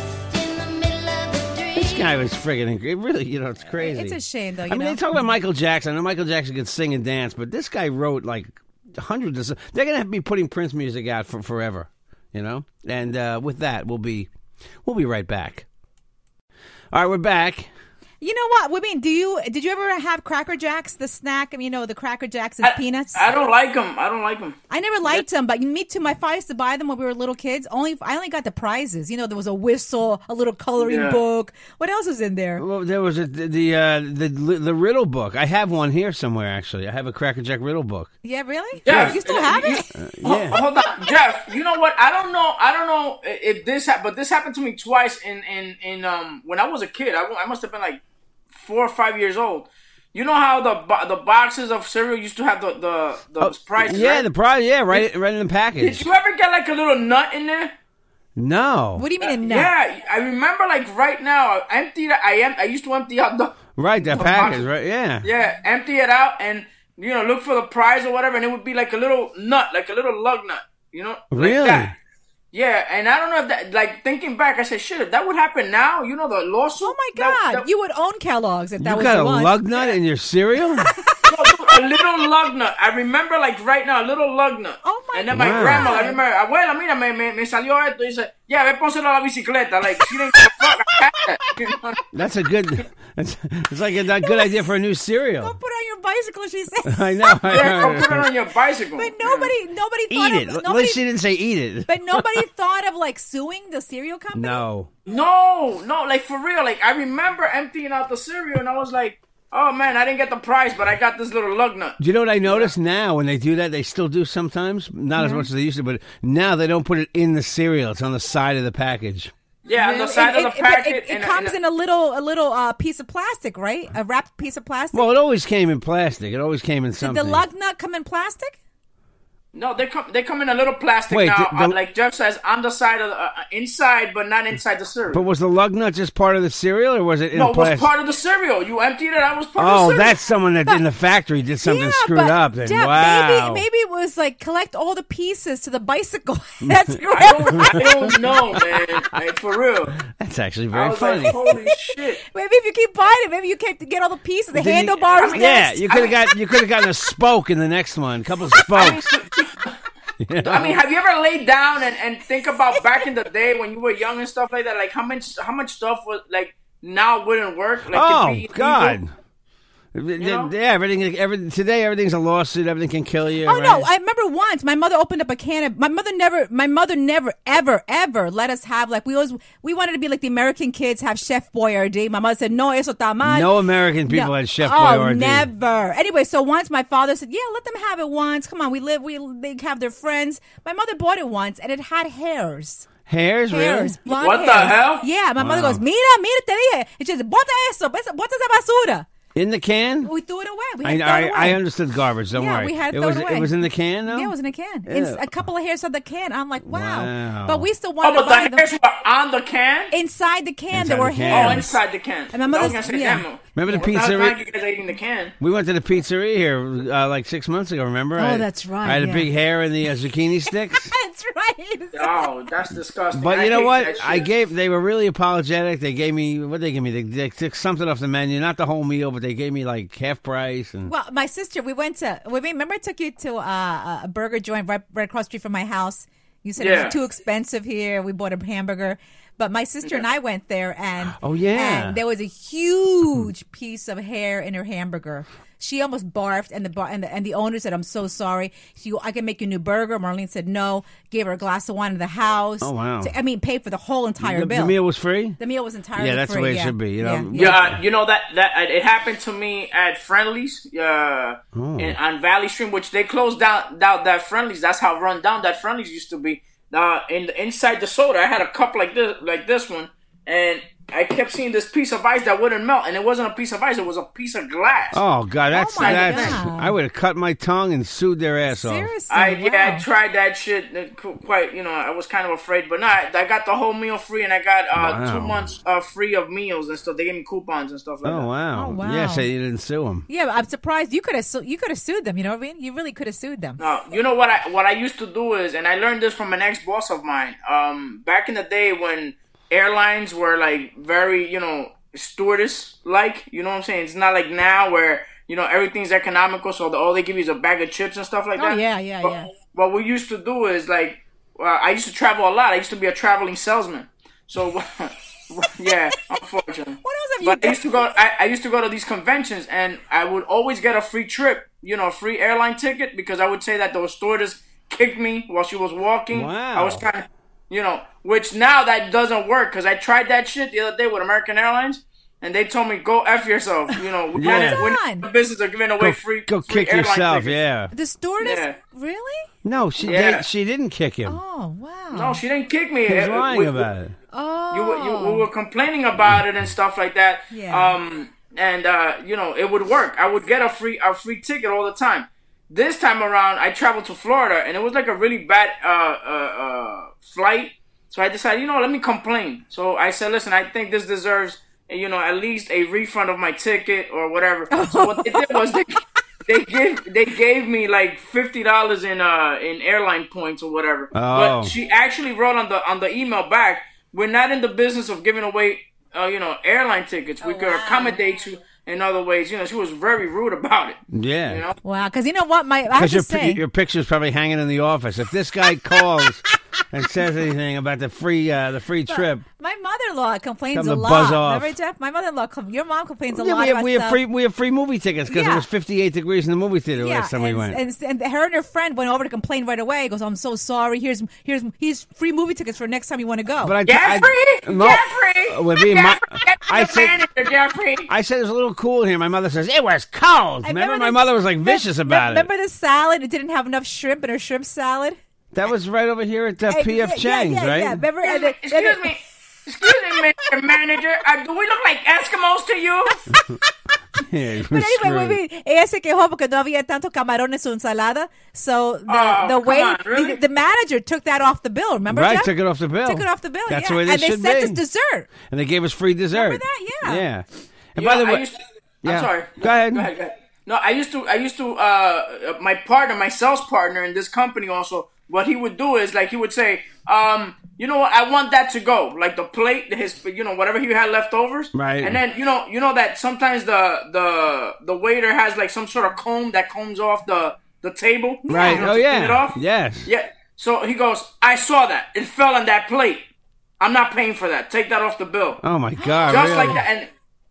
S3: This guy was friggin' it really, you know, it's crazy.
S4: It's a shame, though,
S3: I
S4: you
S3: mean,
S4: know?
S3: they talk about Michael Jackson. I know Michael Jackson could sing and dance, but this guy wrote like hundreds of. so- They're gonna have to be putting Prince music out for forever, you know. And uh, with that, we'll be we'll be right back. All right, we're back.
S4: You know what? Women, do you did you ever have Cracker Jacks, the snack? I mean, you know, the Cracker Jacks is
S6: I-
S4: peanuts.
S6: I
S4: I,
S6: don't like them. I don't like them.
S4: never liked them, but me too. My father used to buy them when we were little kids. Only I only got the prizes. You know, there was a whistle, a little coloring
S6: Yeah.
S4: book. What else was in there?
S3: Well, there was a, the uh, the the riddle book. I have one here somewhere. Actually, I have a Cracker Jack riddle book.
S4: Yeah, really?
S6: Yeah.
S4: You still have it?
S3: Yeah. [LAUGHS]
S6: Hold on, Jeff. You know what? I don't know. I don't know i- if this, hap- but this happened to me twice. In in in um when I was a kid, I, wa- I must have been like four or five years old. You know how the bo- the boxes of cereal used to have the the the prices.
S3: Oh, yeah,
S6: right?
S3: the prize. Yeah, right, right in the
S6: Did
S3: package.
S6: you ever get like a little nut in there?
S3: No,
S4: What do you mean? a nut?
S6: Yeah, I remember like right now, I emptied. I am. I used to empty out the
S3: right that
S6: the
S3: package.
S6: box.
S3: Right,
S6: Yeah, empty it out and you know look for the prize or whatever, and it would be like a little nut, like a little lug nut. You know, like
S3: Really?
S6: that. Yeah, and I don't know if that. Like thinking back, I said, shit, if that would happen now, you know, the lawsuit.
S4: Oh my
S6: that-
S4: God!
S6: that-
S4: you would own Kellogg's if that
S3: you
S4: was
S3: got
S4: the
S3: a
S4: one.
S3: lug nut in your cereal.
S6: [LAUGHS]
S4: [LAUGHS]
S6: a little lug nut. I remember like right now, a little lug nut.
S4: Oh my
S6: And then
S3: Wow.
S6: my grandma, I remember, abuela, mira, me, me, me salió esto. Y said, yeah, ve pónselo a la bicicleta. Like she didn't give a fuck. I had that, you know?
S3: That's a good. It's, it's like a, a good idea for a new cereal.
S4: Don't put it on your bicycle, she said. [LAUGHS]
S6: [LAUGHS]
S3: I know. I
S6: Yeah, oh, go
S3: know. [LAUGHS]
S6: put it on your bicycle.
S4: But nobody, nobody thought
S3: Eat it.
S4: of
S3: At
S4: nobody.
S3: least she didn't say eat it.
S4: but nobody thought of like suing the cereal company.
S3: No.
S6: No, no, like for real. Like I remember emptying out the cereal, and I was like, "Oh man, I didn't get the prize, but I got this little lug nut."
S3: Do you know what I notice now when they do that? They still do sometimes, not as much as they used to, but now they don't put it in the cereal. It's on the side of the package.
S6: Yeah, on the
S4: It-
S6: side
S4: it,
S6: of the
S4: it- but
S6: packet.
S4: It, it
S6: and-
S4: comes
S6: and-
S4: in a little, a little uh, piece of plastic, right? A wrapped piece of plastic.
S3: Well, it always came in plastic. It always came in
S4: Did
S3: something.
S4: the lug nut come in plastic?
S6: no, they come. They come in a little plastic
S3: Wait,
S6: now.
S3: the-
S6: uh,
S3: the-
S6: like Jeff says, on the side of the, uh, uh, inside, but not inside the cereal.
S3: but was the lug nut just part of the cereal, or was it in
S6: no, it was
S3: plastic?
S6: part of the cereal. You emptied it. I was part of
S3: oh,
S6: the cereal.
S3: that's someone that in the factory did something
S4: yeah,
S3: screwed
S4: but
S3: up. Then
S4: Jeff,
S3: wow.
S4: maybe, maybe it was like collect all the pieces to
S3: [LAUGHS]
S4: the bicycle. [LAUGHS] That's
S6: I
S4: great.
S6: don't, I don't know, man. Like for real.
S3: That's actually
S6: I
S3: very
S6: was
S3: funny.
S6: like, holy shit.
S4: maybe if you keep buying it, maybe you can't get all the pieces, the
S3: Did you-
S4: handlebars.
S3: yeah,
S4: next.
S3: you could have got you could have gotten a spoke in the next one, a couple
S4: [LAUGHS]
S3: of spokes.
S6: I mean, have you ever laid down and, and think about back in the day when you were young and stuff like that? Like how much how much stuff was like now wouldn't work? Like it'd
S3: Oh
S6: be
S3: God!
S6: illegal? know?
S3: Yeah, everything. Every, today, everything's a lawsuit. Everything can kill you.
S4: Oh
S3: right?
S4: no! I remember once my mother opened up a can of. My mother never. My mother never, ever, ever let us have like we always. We wanted to be like the American kids have Chef Boyardee. My mother said, "No, eso está mal."
S3: no American people
S4: No.
S3: had Chef
S4: oh,
S3: Boyardee.
S4: never. Anyway, so once my father said, "Yeah, let them have it once. Come on, we live. We they have their friends." My mother bought it once, and it had hairs.
S3: Hairs, really?
S4: Hairs. blonde
S6: What the
S4: hairs.
S6: hell?
S4: Yeah, my mother goes, "Mira, mira, te dije." And she says, "Bota eso, bota esa basura."
S3: In the can?
S4: We threw it away. We
S3: I,
S4: had to throw
S3: I,
S4: it away.
S3: I understood garbage. Don't
S4: Yeah,
S3: worry.
S4: we had
S3: it
S4: thrown
S3: was
S4: away.
S3: it was in the can though.
S4: Yeah, it was in a can. It's
S3: Ew.
S4: a couple of hairs on the can. I'm like, wow.
S3: Wow.
S4: But we still
S6: Oh,
S4: wanted
S6: but
S4: to buy
S6: the
S4: them.
S6: hairs were on the can.
S4: Inside the can,
S3: Inside
S4: there were
S3: the can.
S6: Oh,
S4: hairs.
S6: inside the can.
S4: And my
S6: I
S4: mother's-
S6: was gonna say,
S4: yeah.
S6: damn.
S3: Remember the
S6: what hell
S3: pizzeria-
S6: time You guys eating the can.
S3: We went to the pizzeria here uh, like six months ago. Remember? Oh,
S4: that's right,
S3: I had a
S4: yeah.
S3: big hair in the uh, zucchini
S4: [LAUGHS]
S3: sticks.
S4: [LAUGHS] That's right.
S6: Oh, that's disgusting.
S3: But
S6: I
S3: you know
S6: hate
S3: what?
S6: that shit.
S3: I gave. They were really apologetic. They gave me what they gave me. They, they took something off the menu, not the whole meal, but they gave me like half price and.
S4: Well, my sister, we went to. We remember I took you to uh, a burger joint right, right across the street from my house. You said it
S6: Yeah.
S4: was too expensive here. We bought a hamburger. But my sister and I went there, and
S3: [GASPS] Oh, yeah.
S4: and there was a huge piece of hair in her hamburger. She almost barfed, and the bar, and the and the owner said, "I'm so sorry. She, I can make you a new burger." Marlene said, "No." Gave her a glass of wine in the house.
S3: Oh, wow.
S4: So, I mean, paid for the whole entire
S3: The,
S4: bill.
S3: the meal was free.
S4: The meal was entirely
S3: Yeah, that's the
S4: free,
S3: way it
S4: yeah.
S3: should be, you know?
S4: Yeah, yeah.
S6: Yeah, you know that that it happened to me at Friendlies, uh,
S3: Oh.
S6: in, on Valley Stream, which they closed down, down that Friendlies. That's how run down that Friendlies used to be. Uh, in the, inside the soda, I had a cup like this, like this one, and I kept seeing this piece of ice that wouldn't melt, and it wasn't a piece of ice; it was a piece of glass.
S3: Oh God, that's
S4: my
S3: that's.
S4: God.
S3: I would have cut my tongue and sued their ass off.
S4: Seriously,
S6: I
S4: wow.
S6: yeah, I tried that shit. uh, qu- Quite, you know, I was kind of afraid, but not. I got the whole meal free, and I got uh,
S3: Wow.
S6: two months uh, free of meals and stuff. They gave me coupons and stuff like that.
S3: Oh wow.
S4: Oh, wow.
S3: Yes, they didn't sue him.
S4: Yeah, but I'm surprised you could have su- you could have sued them. You know what I mean? You really could have sued them.
S6: No, you know what I what I used to do is, and I learned this from an ex boss of mine. Um, back in the day when airlines were like very, you know, stewardess like. You know what I'm saying? It's not like now where you know everything's economical, so the, all they give you is a bag of chips and stuff like
S4: Oh,
S6: that.
S4: yeah, yeah,
S6: But
S4: yeah.
S6: What we used to do is like, uh, I used to travel a lot. I used to be a traveling salesman. So, [LAUGHS] yeah, unfortunately
S4: What else have you
S6: but I
S4: done?
S6: used to go. I, I used to go to these conventions, and I would always get a free trip, you know, a free airline ticket, because I would say that the stewardess kicked me while she was walking.
S3: Wow.
S6: I was kind of, you know, which now that doesn't work because I tried that shit the other day with American Airlines, and they told me go f yourself. You know, we're
S3: [LAUGHS] Yeah.
S6: not, we're not in the business of giving away
S3: Go,
S6: free.
S3: go
S6: free
S3: kick
S6: airline
S3: yourself.
S6: tickets.
S3: Yeah.
S4: The stewardess,
S6: Yeah.
S4: really?
S3: No, she
S6: Yeah.
S3: they, she didn't kick him.
S4: Oh wow.
S6: No, she didn't kick me.
S3: He's
S6: Uh,
S3: lying
S6: we- we-
S3: about it.
S4: oh.
S6: you, were- you we were complaining about it and stuff like that.
S4: Yeah.
S6: Um, and uh, you know, it would work. I would get a free a free ticket all the time. This time around, I traveled to Florida, and it was like a really bad uh, uh, uh, flight. So I decided, you know, let me complain. So I said, listen, I think this deserves, you know, at least a refund of my ticket or whatever. So what they did was they. They gave they gave me like fifty dollars in uh in airline points or whatever.
S3: Oh.
S6: But she actually wrote on the on the email back, "We're not in the business of giving away, uh, you know, airline tickets. We could accommodate you in other ways." You know, she was very rude about it.
S3: Yeah.
S6: You know,
S4: Wow, because you know what, my I have
S3: Because
S4: to
S3: your,
S4: say,
S3: pi- your picture's probably hanging in the office. If this
S4: [LAUGHS]
S3: guy calls and says anything about the free uh, the free trip,
S4: my mother-in-law complains
S3: Come
S4: a
S3: to
S4: lot.
S3: buzz off.
S4: Remember, Jeff? My mother-in-law, com- your mom complains a
S3: yeah,
S4: lot
S3: we have,
S4: about
S3: we have
S4: stuff.
S3: free we have free movie tickets because it
S4: Yeah.
S3: was 58 degrees in the movie theater
S4: yeah,
S3: last time we
S4: and,
S3: went.
S4: and and her and her friend went over to complain right away. Goes, I'm so sorry. Here's here's here's free movie tickets for next time you want to go.
S3: but I, I,
S6: Jeffrey,
S3: no, Uh,
S6: Jeffrey,
S3: it would be my,
S6: Jeffrey, get to
S3: I
S6: the
S3: said
S6: manager, Jeffrey.
S3: I said it was a little cool in here. My mother says it was cold.
S4: I
S3: Remember, my
S4: the-
S3: mother was like
S4: Re-
S3: vicious about
S4: remember
S3: it.
S4: Remember the salad? It didn't have enough shrimp in her shrimp salad.
S3: That was right over here at uh,
S4: Hey,
S3: P.F.
S4: yeah,
S3: Chang's,
S4: yeah, yeah,
S3: right?
S4: Yeah. Remember? and then- and
S6: Excuse
S4: then-
S6: me, excuse me, Mr. Manager. Uh, do we look like Eskimos to you?
S3: [LAUGHS] Yeah, you were
S4: But anyway,
S3: screwed.
S4: muy bien. Ella se quejó porque no había tanto camarón en su ensalada. So the, the
S6: come
S4: way
S6: on, really?
S4: the, the manager took that off the bill. Remember?
S3: Right,
S4: Jeff?
S3: took it off the bill.
S4: Took it off the bill.
S3: That's
S4: yeah.
S3: the way they
S4: and
S3: should
S4: they sent
S3: be.
S4: us dessert.
S3: and they gave us free dessert.
S4: Remember that? Yeah.
S3: Yeah. And
S6: You
S3: by
S6: know,
S3: the
S6: I
S3: way,
S6: used to-
S3: yeah.
S6: I'm sorry.
S3: Go ahead.
S6: Go ahead. go ahead. No, I used to. I used to. Uh, my partner, my sales partner in this company, also. What he would do is like he would say, um, you know what, I want that to go, like the plate, his, you know, whatever he had leftovers.
S3: Right.
S6: And then you know, you know that sometimes the the the waiter has like some sort of comb that combs off the the table.
S3: Right.
S6: You know,
S3: Oh
S6: to clean It
S3: yeah.
S6: off.
S3: Yes.
S6: Yeah. So he goes, I saw that. It fell on that plate. I'm not paying for that. Take that off the bill
S3: Oh my God.
S6: just
S3: really?
S6: like that. And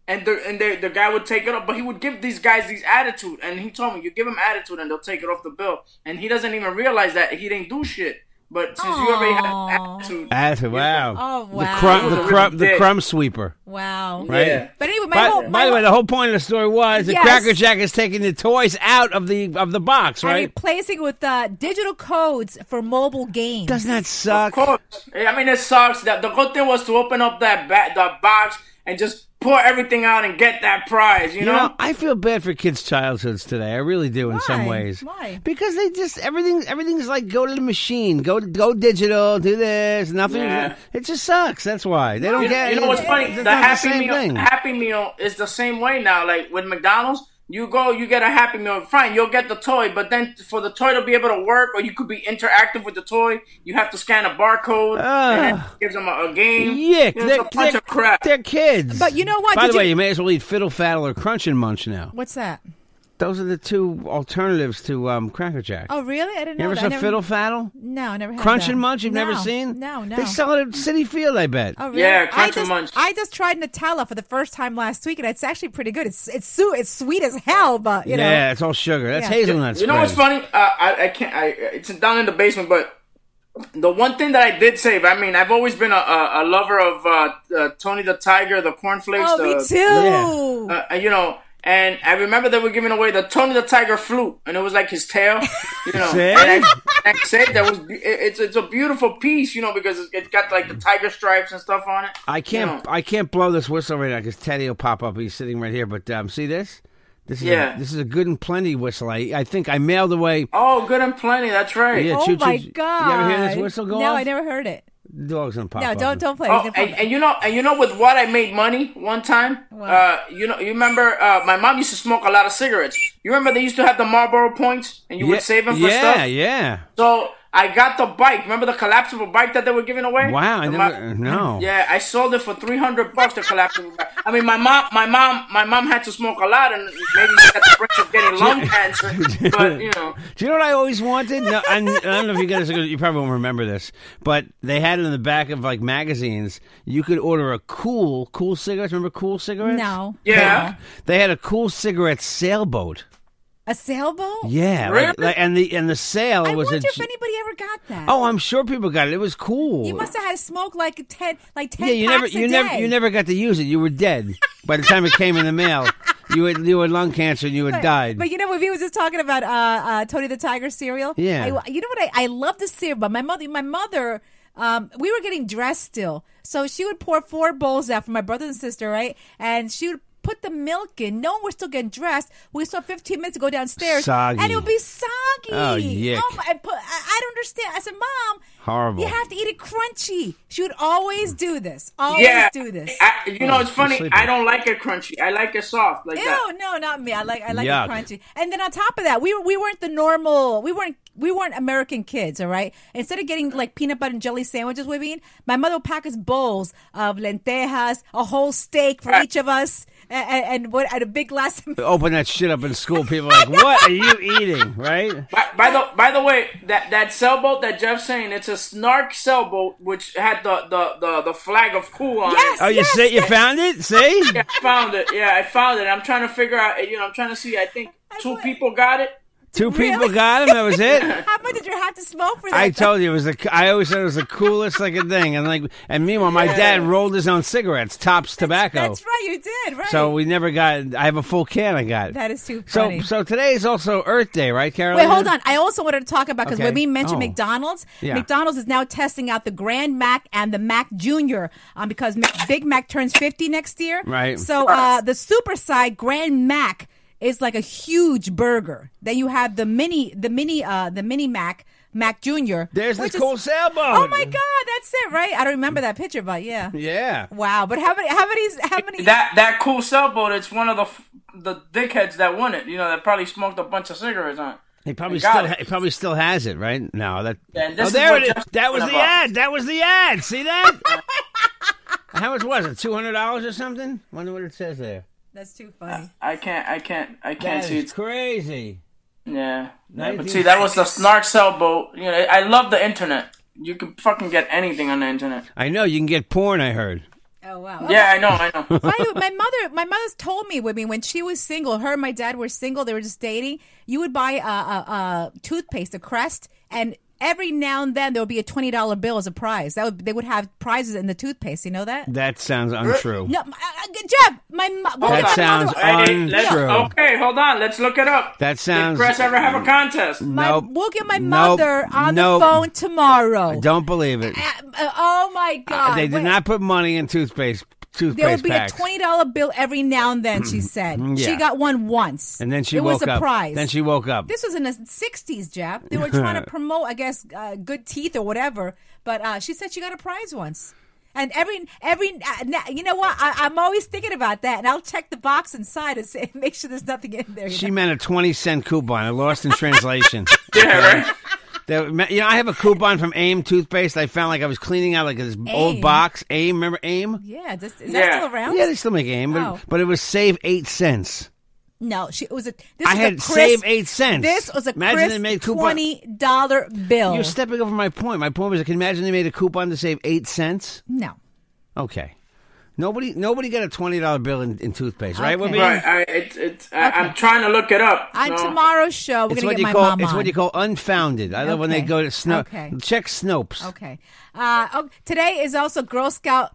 S6: and the and the, the guy would take it up, but he would give these guys these attitude. And he told me, you give them attitude, and they'll take it off the bill. And he doesn't even realize that he didn't do shit. But since you already had attitude,
S3: That's- wow.
S4: Oh,
S3: The
S4: wow.
S3: crumb, the
S6: Those are
S3: crumb, the
S6: really
S3: crumb sweeper.
S4: Wow.
S3: Right.
S6: Yeah.
S4: But anyway, my
S3: By,
S4: whole,
S3: by
S4: my
S3: the way,
S4: whole-
S3: the whole point of the story was the
S4: Yes.
S3: Cracker Jack is taking the toys out of the of the box,
S4: and
S3: right?
S4: replacing it with uh, digital codes for mobile games.
S3: Doesn't that
S6: of
S3: suck?
S6: course. I mean, it sucks. That the good thing was to open up that ba- that box and just pour everything out and get that prize. You,
S3: You know, I feel bad for kids' childhoods today. I really do in some
S4: Why?
S3: ways.
S4: Why?
S3: Because they just everything everything's like go to the machine, go go digital, do this, nothing.
S6: Yeah.
S3: It just sucks. That's why they don't
S6: You,
S3: get.
S6: you know what's
S3: it's-
S6: funny?
S3: it's
S6: The
S3: not
S6: Happy
S3: same
S6: Meal,
S3: thing.
S6: Happy Meal is the same way now. Like with McDonald's, you go, you get a Happy Meal. Fine, you'll get the toy, but then for the toy to be able to work, or you could be interactive with the toy, you have to scan a barcode, and then
S3: Ugh.
S6: it gives them a, a game.
S3: Yick!
S6: You
S3: Ah.
S6: know,
S3: They're,
S6: it's a bunch
S3: they're-
S6: of crap.
S3: they're kids.
S4: But you know what?
S3: By
S4: Did
S3: the way,
S4: you-
S3: you may as well eat fiddle faddle or crunch and munch now.
S4: What's that?
S3: Those are the two alternatives to um, Cracker Jack.
S4: Oh, really? I didn't
S3: you
S4: know
S3: ever
S4: that.
S3: saw
S4: I never,
S3: Fiddle Faddle?
S4: No, I never had
S3: Crunch
S4: that.
S3: and Munch, you've never
S4: No,
S3: seen?
S4: No, no.
S3: They sell it at City Field, I bet.
S4: Oh, really?
S6: Yeah, Crunch
S4: I
S6: and
S4: just,
S6: Munch.
S4: I just tried Nutella for the first time last week, and it's actually pretty good. It's it's su- it's sweet as hell, but you know.
S3: yeah, it's all sugar. That's
S4: Yeah.
S3: hazelnuts.
S6: You know what's funny? Uh, I, I can't. I, it's down in the basement, but the one thing that I did save. I mean, I've always been a, a, a lover of uh, uh, Tony the Tiger, the cornflakes.
S4: Oh,
S6: the,
S4: me too. Oh
S6: Uh, uh, you know, and I remember they were giving away the Tony the Tiger flute, and it was like his tail. You
S3: [LAUGHS]
S6: know,
S3: See?
S6: and I, and I said that was be- it- it's it's a beautiful piece. You know, because it's, it's got like the tiger stripes and stuff on it.
S3: I can't.
S6: You know.
S3: I can't blow this whistle right now because Teddy will pop up. He's sitting right here. But um, see this? This is
S6: Yeah.
S3: A, this is a good and plenty whistle. I, I think I mailed away.
S6: Oh, good and plenty. That's right.
S3: Yeah,
S4: oh
S3: choo,
S4: my
S3: choo.
S4: god!
S3: You ever hear this whistle go
S4: No,
S3: off?
S4: I never heard it.
S3: Dog's gonna pop
S4: No,
S3: up.
S4: don't don't play.
S6: Oh,
S4: Don't play.
S6: and, and you know, and you know, with what I made money one time. Uh, you know, you remember uh, my mom used to smoke a lot of cigarettes. You remember they used to have the Marlboro points, and you
S3: Yeah,
S6: would save them for
S3: yeah,
S6: stuff.
S3: yeah.
S6: So I got the bike. Remember the collapsible bike that they were giving away?
S3: Wow, I
S6: The
S3: never.
S6: mo-
S3: no.
S6: [LAUGHS] Yeah, I sold it for three hundred bucks. The collapsible bike. I mean, my mom, my mom, my mom had to smoke a lot, and maybe she got the risk of getting
S3: [LAUGHS]
S6: lung cancer. But you know,
S3: Do you know what I always wanted? No, I, I don't know if you guys, you probably won't remember this, but they had it in the back of like magazines. You could order a cool, cool cigarettes. Remember cool cigarettes?
S4: no.
S6: yeah.
S3: They had a cool cigarette sailboat.
S4: A sailboat?
S3: Yeah,
S6: Really?
S3: like, like- and the and the sail
S4: I
S3: was
S4: wonder
S3: a.
S4: if
S3: j-
S4: anybody ever got that.
S3: oh, I'm sure people got it. It was cool.
S4: you must have had to smoke like ten, like ten.
S3: yeah, you never,
S4: packs a
S3: you never,
S4: day.
S3: you never got to use it. You were dead by the time it came in the mail. You had you had lung cancer and you had died.
S4: But you know, we was just talking about uh, uh, Tony the Tiger cereal.
S3: Yeah.
S4: I, you know what? I, I love the cereal, but my mother, my mother, um, we were getting dressed still, so she would pour four bowls out for my brother and sister, right? And she would put the milk in. No, we're still getting dressed. We still have fifteen minutes to go downstairs,
S3: Soggy.
S4: and it would be soggy.
S3: Oh, yick.
S4: my, I, put, I, I don't understand. I said, Mom,
S3: Horrible.
S4: You have to eat it crunchy. She would always do this. Always
S6: Yeah,
S4: do this.
S6: I, you know, it's funny.
S3: Oh, sleeping.
S6: I don't like it crunchy. I like it soft, like that.
S4: Ew, no, not me. I like I like
S3: Yuck.
S4: it crunchy. And then on top of that, we were we weren't the normal. We weren't we weren't American kids, all right. Instead of getting like peanut butter and jelly sandwiches, we mean my mother would pack us bowls of lentejas, a whole steak for each of us, and, and what and a big glass. Of
S3: Open that shit up in school. People are like, "What are you eating?" Right?
S6: By, by the by the way, that, that sailboat that Jeff's saying, it's a snark sailboat which had the, the, the, the flag of cool on
S4: Yes!
S6: it.
S3: Oh, you
S4: Yes,
S3: see, you
S4: yes.
S3: found it. See?
S6: I found it. Yeah, I found it. I'm trying to figure out. You know, I'm trying to see. I think two
S4: would-
S6: people got it.
S3: Two people
S4: Really?
S3: got him. That was it.
S4: [LAUGHS] How much did you have to smoke for that?
S3: I told you it was the. I always said it was the coolest like thing, and like, and meanwhile, my dad rolled his own cigarettes, tops tobacco.
S4: That's right, you did right.
S3: So we never got. I have a full can. I got.
S4: That is too
S3: So
S4: funny.
S3: so today is also Earth Day, right, Carolyn?
S4: Wait, hold on. I also wanted to talk about because
S3: Oh, Okay.
S4: when we mentioned
S3: Oh.
S4: McDonald's,
S3: Yeah.
S4: McDonald's is now testing out the Grand Mac and the Mac Junior um, because Mc- Big Mac turns fifty next year.
S3: Right.
S4: So uh, the super side Grand Mac is like a huge burger. Then you have the mini, the mini, uh, the mini Mac. Mac Jr.
S3: There's the
S4: which
S3: cool sailboat.
S4: Oh my God, that's it, right? I don't remember that picture, but yeah.
S3: Yeah.
S4: Wow, but how many? How many? How many?
S6: That that cool sailboat. It's one of the f- the dickheads that won it. You know, that probably smoked a bunch of cigarettes on. it.
S3: He probably
S6: I got
S3: still
S6: it.
S3: ha- he probably still has it, right? No, that
S6: Yeah, this
S3: oh
S6: is
S3: there
S6: what
S3: it is.
S6: Jeff's
S3: That was the
S6: talking about.
S3: ad. That was the ad. See that?
S4: [LAUGHS]
S3: How much was it? Two hundred dollars or something? Wonder what it says there.
S4: that's too funny.
S6: I can't. I can't. I can't
S3: That
S6: see
S3: is
S6: it.
S3: crazy.
S6: Yeah. Yeah,
S3: Nineteen-
S6: But see, that was the snark sailboat. You know, I love the internet. You can fucking get anything on the internet.
S3: I know you can get porn. I heard.
S4: Oh wow.
S6: Yeah, I know. I know.
S4: my, my mother, my mother's told me with me when she was single, her and my dad were single. They were just dating. You would buy a, a, a toothpaste, a Crest, and every now and then there would be a twenty dollar bill as a prize. That would they would have prizes in the toothpaste. You know that?
S3: That sounds untrue.
S4: No, uh, uh, Jeff, my mo-
S3: [LAUGHS] That
S4: what was my
S3: sounds
S4: mother-
S6: Hey, let's-
S3: untrue.
S6: Okay, hold on. Let's look it up.
S3: That sounds-
S6: Did Press ever have
S3: [LAUGHS]
S6: a contest?
S4: my,
S3: Nope.
S4: We'll get my
S3: Nope.
S4: mother on
S3: Nope.
S4: the phone tomorrow.
S3: I don't believe it.
S4: Uh, uh, oh my god!
S3: they did
S4: Wait.
S3: not put money in toothpaste toothpaste
S4: There would be
S3: packs.
S4: a twenty dollar bill every now and then.
S3: [CLEARS THROAT]
S4: She said
S3: Yeah.
S4: she got one once,
S3: and then she
S4: it
S3: woke
S4: was a
S3: up.
S4: prize.
S3: Then she woke up.
S4: This was in the '60s, Jeff.
S3: [LAUGHS]
S4: They were trying to promote, I guess, uh, good teeth or whatever. But uh, she said she got a prize once. And every every uh, na- you know what I, I'm always thinking about that, and I'll check the box inside and say, [LAUGHS] make sure there's nothing in there. you
S3: She
S4: know?
S3: meant a twenty cent coupon. I lost in translation.
S4: [LAUGHS]
S6: Yeah, right.
S3: That, you know, I have a coupon from AIM toothpaste. I found like I was cleaning out like this old
S4: AIM?
S3: box. AIM, remember AIM?
S4: yeah, just, is
S6: Yeah.
S4: that still around?
S3: Yeah, they still make AIM, but
S4: Oh.
S3: but it was save eight cents.
S4: No, she it was a. This
S3: I
S4: was a
S3: had
S4: crisp-
S3: saved eight cents.
S4: This was a
S3: Imagine
S4: crisp
S3: they made coupon-
S4: twenty dollar bill.
S3: You're stepping over my point. My point was, I can imagine they made a coupon to save eight cents.
S4: no,
S3: Okay, nobody, nobody got a twenty dollar bill in, in toothpaste, right?
S4: Okay.
S3: Whoopi?
S6: Right, I, it's, it's, I, I'm trying to look it up.
S4: on
S6: so-
S4: tomorrow's show we're
S3: It's
S4: gonna
S3: what
S4: get
S3: you
S4: my
S3: call
S4: mom
S3: it's
S4: on.
S3: what you call unfounded. I love when they
S4: Okay.
S3: go to Snopes.
S4: Okay.
S3: Check Snopes.
S4: Okay. Uh, oh, today is also Girl Scout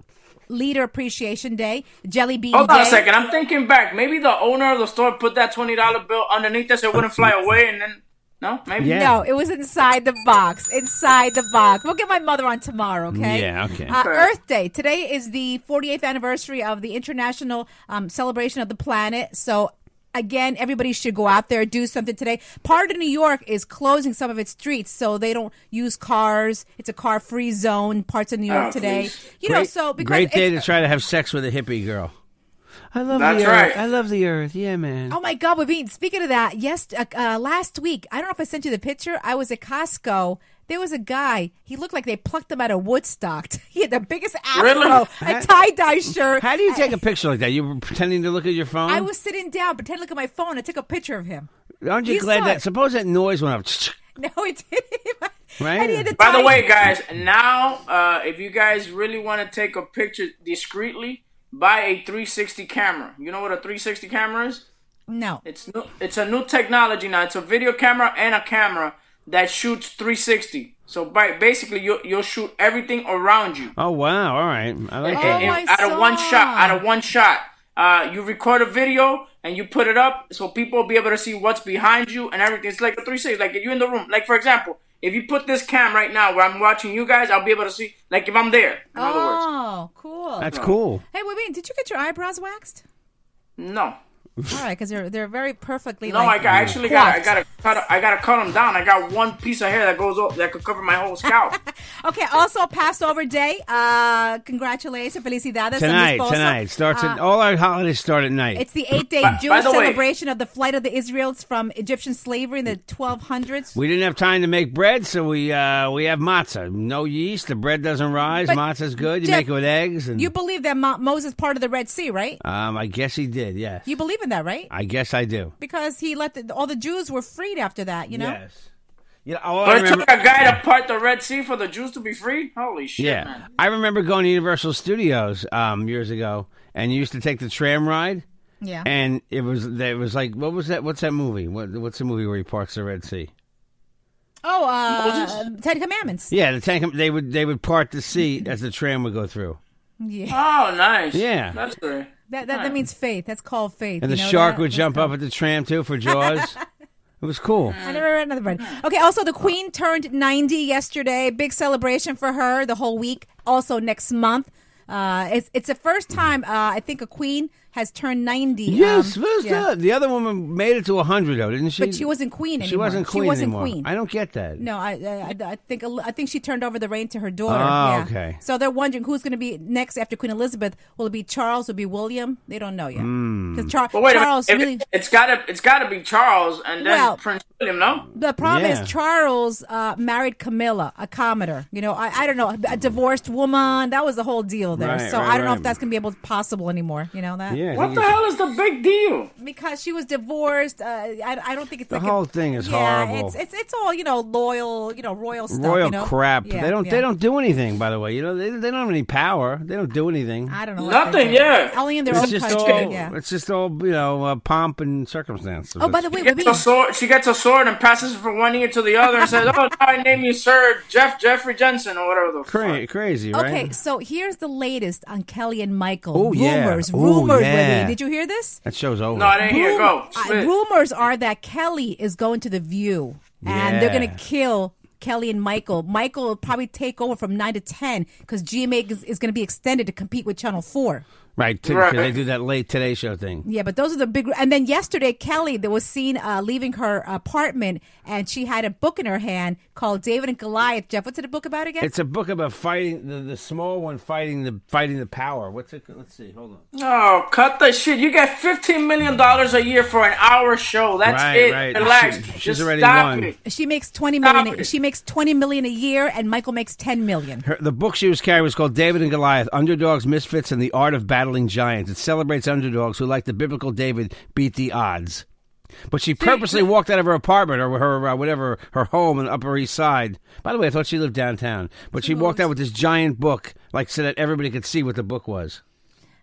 S4: Leader Appreciation Day, Jelly Bean
S6: Hold
S4: Day.
S6: on a second. I'm thinking back. Maybe the owner of the store put that twenty dollar bill underneath it so it wouldn't fly away, and then no, maybe.
S3: Yeah.
S4: No, it was inside the box. Inside the box. We'll get my mother on tomorrow, okay?
S3: Yeah, okay.
S4: Uh, Earth Day. Today is the 48th anniversary of the International um, Celebration of the Planet. So, again, everybody should go out there, do something today. Part of New York is closing some of its streets so they don't use cars. It's a car free zone, parts of New York
S6: Oh,
S4: today.
S6: please.
S4: You know,
S3: Great,
S4: so because
S3: great day to
S4: it's-
S3: try to have sex with a hippie girl. I love
S6: That's
S3: the earth.
S6: right.
S3: I love the earth. Yeah, man.
S4: Oh my God, Waveen, speaking of that, yes, uh, uh, last week, I don't know if I sent you the picture. I was at Costco. There was a guy. He looked like they plucked him out of Woodstock. [LAUGHS] he had the biggest afro,
S6: Really?
S4: a tie dye shirt.
S3: How do you take a picture like that? You were pretending to look at your phone.
S4: I was sitting down, pretending to look at my phone. I took a picture of him. [LAUGHS]
S3: Aren't you
S4: you
S3: glad
S4: saw
S3: that?
S4: it.
S3: Suppose that noise went up.
S4: No, it didn't. [LAUGHS]
S3: Right.
S4: And he had
S6: By the
S4: tie-
S6: way, guys, now uh, if you guys really want to take a picture discreetly, buy a 360 camera. You know what a 360 camera is?
S4: no.
S6: It's new, it's a new technology now. It's a video camera and a camera that shoots 360. So by, basically, you you'll shoot everything around you.
S3: Oh wow! All right, I like
S4: Oh,
S3: that.
S6: and-
S4: my
S6: and out of one
S4: son.
S6: shot, out of one shot. Uh, you record a video and you put it up so people will be able to see what's behind you and everything. It's like a 360. Like if you're in the room, like for example, if you put this cam right now where I'm watching you guys, I'll be able to see, like if I'm there. In other words,
S4: Oh, cool.
S3: That's cool.
S4: hey, Waveen, did you get your eyebrows waxed?
S6: no,
S4: All right, because they're they're very perfectly.
S6: no, I
S4: like,
S6: got, I actually got, I got to cut, I got to cut them down. I got one piece of hair that goes up that could cover my
S4: [LAUGHS]
S6: whole scalp.
S4: Okay, also Passover Day. Uh, congratulations, felicidades. a
S3: Tonight,
S4: mi esposo.
S3: tonight starts. at, all our holidays start at night.
S4: It's the eight day
S6: By- by
S4: Jewish
S6: the way-
S4: celebration of the flight of the Israels from Egyptian slavery in the 1200s.
S3: We didn't have time to make bread, so we uh, we have matzah. No yeast. The bread doesn't rise.
S4: But,
S3: Matzah's good. You
S4: Jeff,
S3: make it with eggs, and
S4: you believe that Mo- Moses part of the Red Sea, right?
S3: um, I guess he did. Yes,
S4: You believe in that, right?
S3: I guess I do.
S4: Because he let the, all the Jews were freed after that, you know?
S3: Yes. You know, all I
S6: But it took
S3: remember,
S6: a guy to part the Red Sea for the Jews to be free. Holy shit,
S3: yeah,
S6: man.
S3: I remember going to Universal Studios um, years ago, and you used to take the tram ride,
S4: Yeah.
S3: and it was it was like what was that? What's that movie? What, what's the movie where he parks the Red Sea?
S4: oh, uh, Ten Commandments.
S3: Yeah, the tank. They would they would part the
S4: [LAUGHS]
S3: sea as the tram would go through,
S4: Yeah.
S6: Oh, nice.
S3: Yeah.
S6: that's great.
S4: That, that, that means faith. That's called faith.
S3: and the
S4: you know
S3: shark
S4: that? Uh,
S3: would jump up at the tram too for
S4: [LAUGHS]
S3: Jaws. it was cool.
S4: I never read another bread. Okay, also the Queen turned 90 yesterday. Big celebration for her the whole week. Also next month. Uh, it's, it's the first time uh, I think a queen has turned 90. um,
S3: Yes, first
S4: yeah.
S3: up. The other woman made it to 100, though, didn't she?
S4: But she wasn't queen anymore.
S3: She wasn't queen
S4: She wasn't
S3: anymore.
S4: queen.
S3: I don't get that.
S4: No, I, I, I think I think she turned over the reign to her daughter.
S3: Ah,
S4: yeah.
S3: okay.
S4: So they're wondering who's going to be next after Queen Elizabeth. Will it be Charles? Will it be William? They don't know yet.
S3: Hmm.
S4: Because Char-
S6: But wait,
S4: Charles
S6: a minute. If-
S4: really.
S6: it's gotta it's gotta be Charles and then
S4: Well-
S6: Prince William, no?
S4: The problem
S3: Yeah.
S4: is Charles uh, married Camilla, a commoner. You know, I, I don't know, a divorced woman. That was the whole deal there.
S3: Right,
S4: so
S3: right,
S4: I don't know
S3: right.
S4: if that's going to be able possible anymore. You know that?
S3: Yeah. I
S6: What
S3: think
S6: the
S3: it's-
S6: hell is the big deal?
S4: Because she was divorced. Uh, I, I don't think it's
S3: The
S4: like
S3: whole
S4: a,
S3: thing is
S4: yeah,
S3: horrible.
S4: It's, it's it's all you know, loyal, you know, royal stuff.
S3: Royal
S4: you know?
S3: crap.
S4: Yeah,
S3: they don't.
S4: yeah.
S3: They don't do anything. By the way, you know they, they don't have any power. They don't do anything.
S4: I don't know. what
S6: Nothing,
S4: they do.
S6: yeah.
S4: Only in their
S3: it's
S4: own
S3: just
S4: country.
S3: all.
S4: yeah.
S3: It's just all you know uh, pomp and circumstance.
S4: Oh, by the way,
S6: She
S3: [LAUGHS]
S6: gets, a
S4: Waveen,
S6: sword, she gets a sword and passes it from one ear to the other and says, "Oh, now I name you Sir Jeff Jeffrey Jensen or whatever the
S3: Cra-
S6: fuck."
S3: crazy, right?
S4: Okay, so here's the latest on Kelly and Michael.
S3: Oh, yeah.
S4: rumors,
S3: Oh,
S4: rumors,
S3: yeah.
S4: Waveen. Did you hear this?
S3: That show's over.
S6: No, I didn't hear. Go.
S4: Rumor-
S6: Spit.
S4: uh, rumors are that Kelly is going to The View, and they're going
S3: Yeah.
S4: to kill Kelly and Michael. Michael will probably take over from nine to ten because GMA is, is going to be extended to compete with Channel Four.
S3: right, t- 'cause they do that late Today Show thing.
S4: Yeah, but those are the big. And then yesterday, Kelly that was seen uh, leaving her apartment, and she had a book in her hand called David and Goliath. Jeff, what's it a book about again?
S3: It's a book about fighting the, the small one fighting the fighting the power. What's it? Let's see. Hold on.
S6: Oh, cut the shit! You get fifteen million dollars a year for an hour show. That's
S3: Right,
S6: it.
S3: right.
S6: Relax.
S3: She- she's
S6: Just
S3: already
S6: stop
S3: won.
S6: it.
S4: She makes twenty
S6: Stop
S4: million.
S6: it.
S4: She makes twenty million a year, and Michael makes ten million.
S3: Her, the book she was carrying was called David and Goliath: Underdogs, Misfits, and the Art of battling giants. It celebrates underdogs who, like the biblical David, beat the odds. But she purposely walked out of her apartment or her uh, whatever her home on the Upper East Side. By the way, I thought she lived downtown, but she walked out with this giant book, like so that everybody could see what the book was.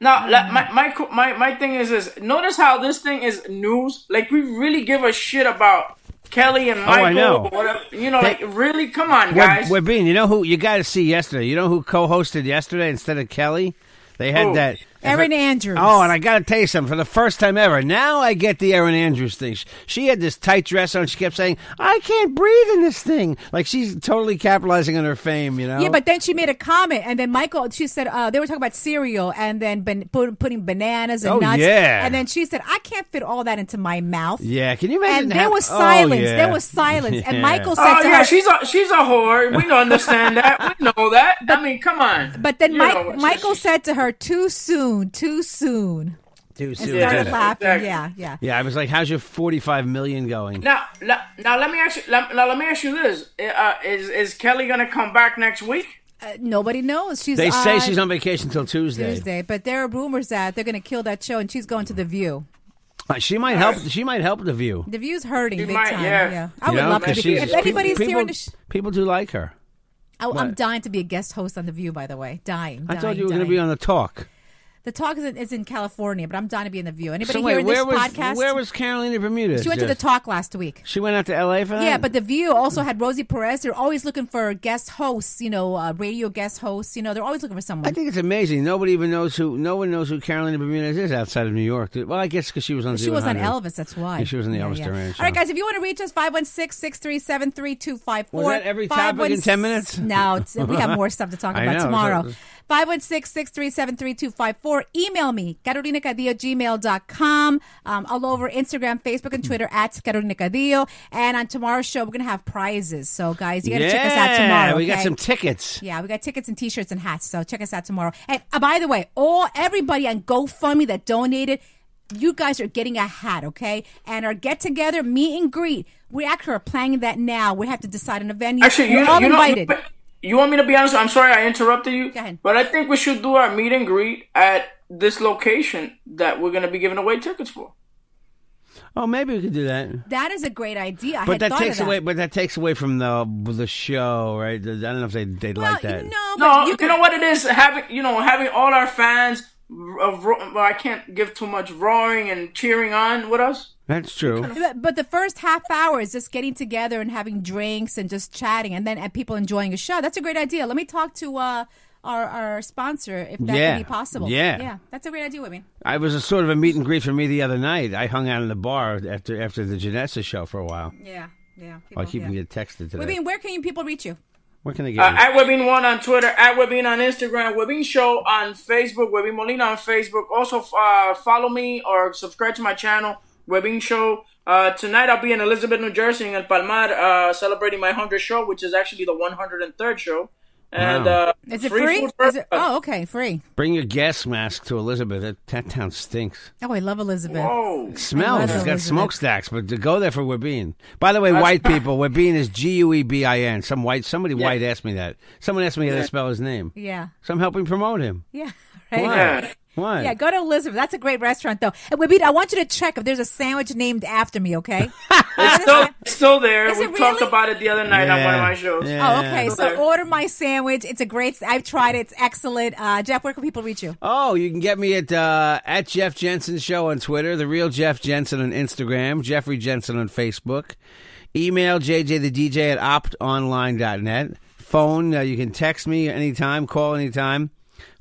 S6: Now,
S3: Mm.
S6: like, my, my co- my my thing is is notice how this thing is news. Like we really give a shit about Kelly and Michael.
S3: Oh, I know.
S6: Or whatever. You know, like really, come on,
S3: Web,
S6: guys.
S3: Webin, you know who you got to see yesterday. You know who co-hosted yesterday instead of Kelly? They had
S6: Who?
S3: that.
S4: Erin Andrews.
S3: Oh, and I got to tell you something. For the first time ever, now I get the Erin Andrews thing. She- She had this tight dress on. She kept saying, "I can't breathe in this thing." Like she's totally capitalizing on her fame, you know.
S4: Yeah, but then she made a comment, and then Michael, she said, uh, they were talking about cereal and then ban- put, putting bananas and
S3: Oh,
S4: nuts.
S3: yeah.
S4: And then she said, I can't fit all that into my mouth.
S3: yeah, can you imagine?
S4: And
S3: how-
S4: there was
S3: Oh,
S4: silence.
S3: yeah.
S4: There was silence.
S3: Yeah.
S4: And Michael said
S6: oh
S4: to
S6: yeah,
S4: her,
S6: she's a she's a whore. We understand that. We know that. I mean, come on.
S4: [LAUGHS] but then
S6: You
S4: Mike,
S6: know, it's
S4: Michael
S6: just-
S4: said to her, too soon, too soon.
S3: Too
S4: And
S3: soon.
S4: started
S6: Yeah.
S4: laughing.
S6: Exactly.
S4: Yeah, yeah.
S3: Yeah, I was like, "How's your forty-five million going?"
S6: Now, now, now let me ask you. Let, now, let me ask you this: uh, Is is Kelly gonna come back next week?
S4: Uh, nobody knows. She's
S3: They say
S4: on
S3: she's on vacation till Tuesday.
S4: uh, Tuesday, but there are rumors that they're going to kill that show, and she's going to The View.
S3: Uh, She might help. She might help the view.
S4: The View's hurting
S6: She
S4: big
S6: might,
S4: time.
S6: yeah.
S4: I
S3: you
S4: would
S3: know,
S4: love to
S3: 'cause
S4: be.
S3: she's-
S4: If anybody's
S3: people,
S4: here, in the sh-
S3: people do like her.
S4: I, I'm
S3: What?
S4: dying to be a guest host on The View. By the way, dying.
S3: I thought
S4: dying,
S3: you were going
S4: dying.
S3: to be on the talk.
S4: The talk is in, is in California, but I'm dying to be in The View. Anybody
S3: so
S4: here
S3: wait,
S4: in
S3: where
S4: this
S3: was
S4: podcast?
S3: where was Carolina Bermuda?
S4: she went to the talk last week.
S3: She went out to L.A. for that.
S4: Yeah, but The View also had Rosie Perez. They're always looking for guest hosts, you know, uh, radio guest hosts. You know, they're always looking for
S3: I
S4: someone.
S3: think it's amazing. Nobody even knows who. No one knows who Carolina Bermudez is outside of New York. Well, I guess because she was on.
S4: She was on
S3: 100.
S4: Elvis, that's why.
S3: Yeah, she was on the Elvis Duran
S4: All
S3: show.
S4: right, guys, if you want to reach us, 516 637 3254.
S3: Was that every topic in 10 minutes?
S4: [LAUGHS] No, it's, we have more stuff to
S3: [LAUGHS]
S4: talk
S3: I
S4: about
S3: know,
S4: tomorrow.
S3: so-
S4: 516 637 3254. Email me, carolinacadillo@gmail.com. Um, all over Instagram, Facebook, and Twitter at Carolina Cadillo. And on tomorrow's show, we're going to have prizes. So, guys, you got to
S3: yeah,
S4: check us out tomorrow.
S3: we got
S4: okay?
S3: some tickets.
S4: Yeah, we got tickets and T-shirts and hats. So check us out tomorrow. And uh, by the way, all everybody on GoFundMe that donated, you guys are getting a hat, okay? And our get together, meet and greet. We actually are planning that now. We have to decide on a venue.
S6: Actually, you
S4: You're
S6: know,
S4: all
S6: you know,
S4: invited.
S6: you want me to be honest? I'm sorry I interrupted you.
S4: Go ahead.
S6: But I think we should do our meet and greet at this location that we're gonna be giving away tickets for.
S3: Oh, maybe we could do that.
S4: that is a great idea. I
S3: But
S4: had
S3: that
S4: thought
S3: takes
S4: of that.
S3: away. But that takes away from the the show, right? I don't know if they they'd
S4: well,
S3: like that.
S4: no,
S6: No,
S4: but
S6: you,
S4: you, can,
S6: know what it is having you know having all our fans. Of, well, I can't give too much roaring and cheering on. What else?
S3: That's true.
S4: But, but the first half hour is just getting together and having drinks and just chatting, and then and people enjoying a show. That's a great idea. Let me talk to uh, our our sponsor if that
S3: Yeah.
S4: can be possible.
S3: Yeah.
S4: yeah, that's a great idea, Whitney.
S3: I was a sort of a meet and greet for me the other night. I hung out in the bar after after the Janessa show for a while.
S4: Yeah, yeah.
S3: Oh, I
S4: people-
S3: keep
S4: Oh, yeah.
S3: getting texted today.
S4: I mean, where can you people reach you?
S3: Where can I get?
S6: Uh,
S3: you?
S6: at Webin One on Twitter, at Webin on Instagram, Webin Show on Facebook, Webin Molina on Facebook. Also, uh, follow me or subscribe to my channel, Webin Show. Uh, tonight I'll be in Elizabeth, New Jersey, in El Palmar, uh, celebrating my 100th show, which is actually the 103rd show. And
S3: Wow.
S6: uh,
S4: Is it free?
S6: food for
S4: Is it,
S6: everybody.
S4: oh, okay, free.
S3: Bring your gas mask to Elizabeth. That, that town stinks.
S4: Oh, I love Elizabeth.
S6: Whoa.
S3: Smells. It's got
S4: Elizabeth.
S3: smokestacks, but to go there for Webin. By the way, white people, Webin is G U E B I N. Some white, somebody white asked me that. Someone asked me how to spell his name.
S4: Yeah,
S3: So I'm helping promote him.
S4: yeah. [LAUGHS] Right.
S3: Why? Why?
S4: Yeah, go to Elizabeth. That's a great restaurant, though. And Wabita, I want you to check if there's a sandwich named after
S3: [LAUGHS]
S4: me. Okay.
S6: It's still, it's still there.
S4: Is
S6: we
S4: it
S6: talked
S4: really?
S6: about it the other night on one of my shows.
S4: Oh,
S3: Yeah.
S4: okay. So order my sandwich. It's a great. I've tried it. It's excellent. Uh, Jeff, where can people reach you?
S3: Oh, you can get me at uh, at Jeff Jensen Show on Twitter, the real Jeff Jensen on Instagram, Jeffrey Jensen on Facebook. Email JJ the DJ at optonline.net. Phone, uh, you can text me anytime, call anytime.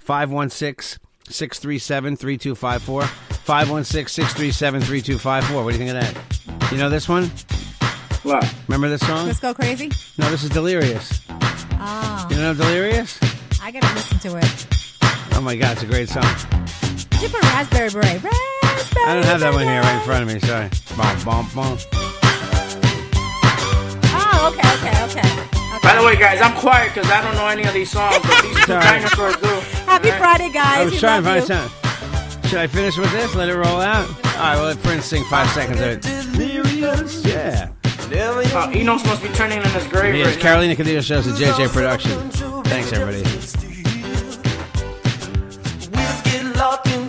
S3: 516 637 3254. 516 637 3254. What do you think of that? You know this one?
S6: Wow.
S3: Remember this song?
S4: Let's go crazy.
S3: No, this is Delirious.
S4: Ah,
S3: You know Delirious?
S4: I gotta listen to it.
S3: Oh my God, it's a great song.
S4: Dip a raspberry beret. Raspberry.
S3: I don't have that one here right in front of me, sorry. Bom, bom, bom.
S4: Oh, okay, okay, okay. okay.
S6: By the way, guys, I'm quiet because I don't know any of these songs, but these two
S3: Sorry.
S6: dinosaurs do. Uh,
S4: Happy
S6: All right.
S4: Friday, guys.
S3: I was
S4: We
S3: trying to find
S4: love you.
S3: something. Should I finish with this? Let it roll out? All right, well, let Prince sing five seconds of it.
S7: Delirious.
S3: Yeah.
S6: Uh, Enos must be turning in his grave
S3: It is
S6: right now.
S3: Carolina Cadillo Shows a JJ Production. Thanks, everybody.
S7: get locked in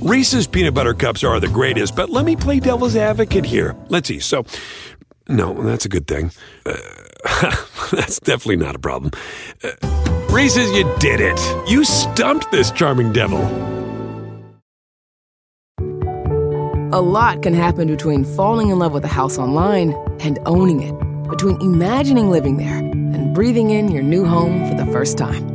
S1: Reese's peanut butter cups are the greatest, but let me play devil's advocate here. Let's see. So, no, that's a good thing. Uh, [LAUGHS] that's definitely not a problem. Uh, Reese's, you did it. You stumped this charming devil.
S8: A lot can happen between falling in love with a house online and owning it, between imagining living there and breathing in your new home for the first time.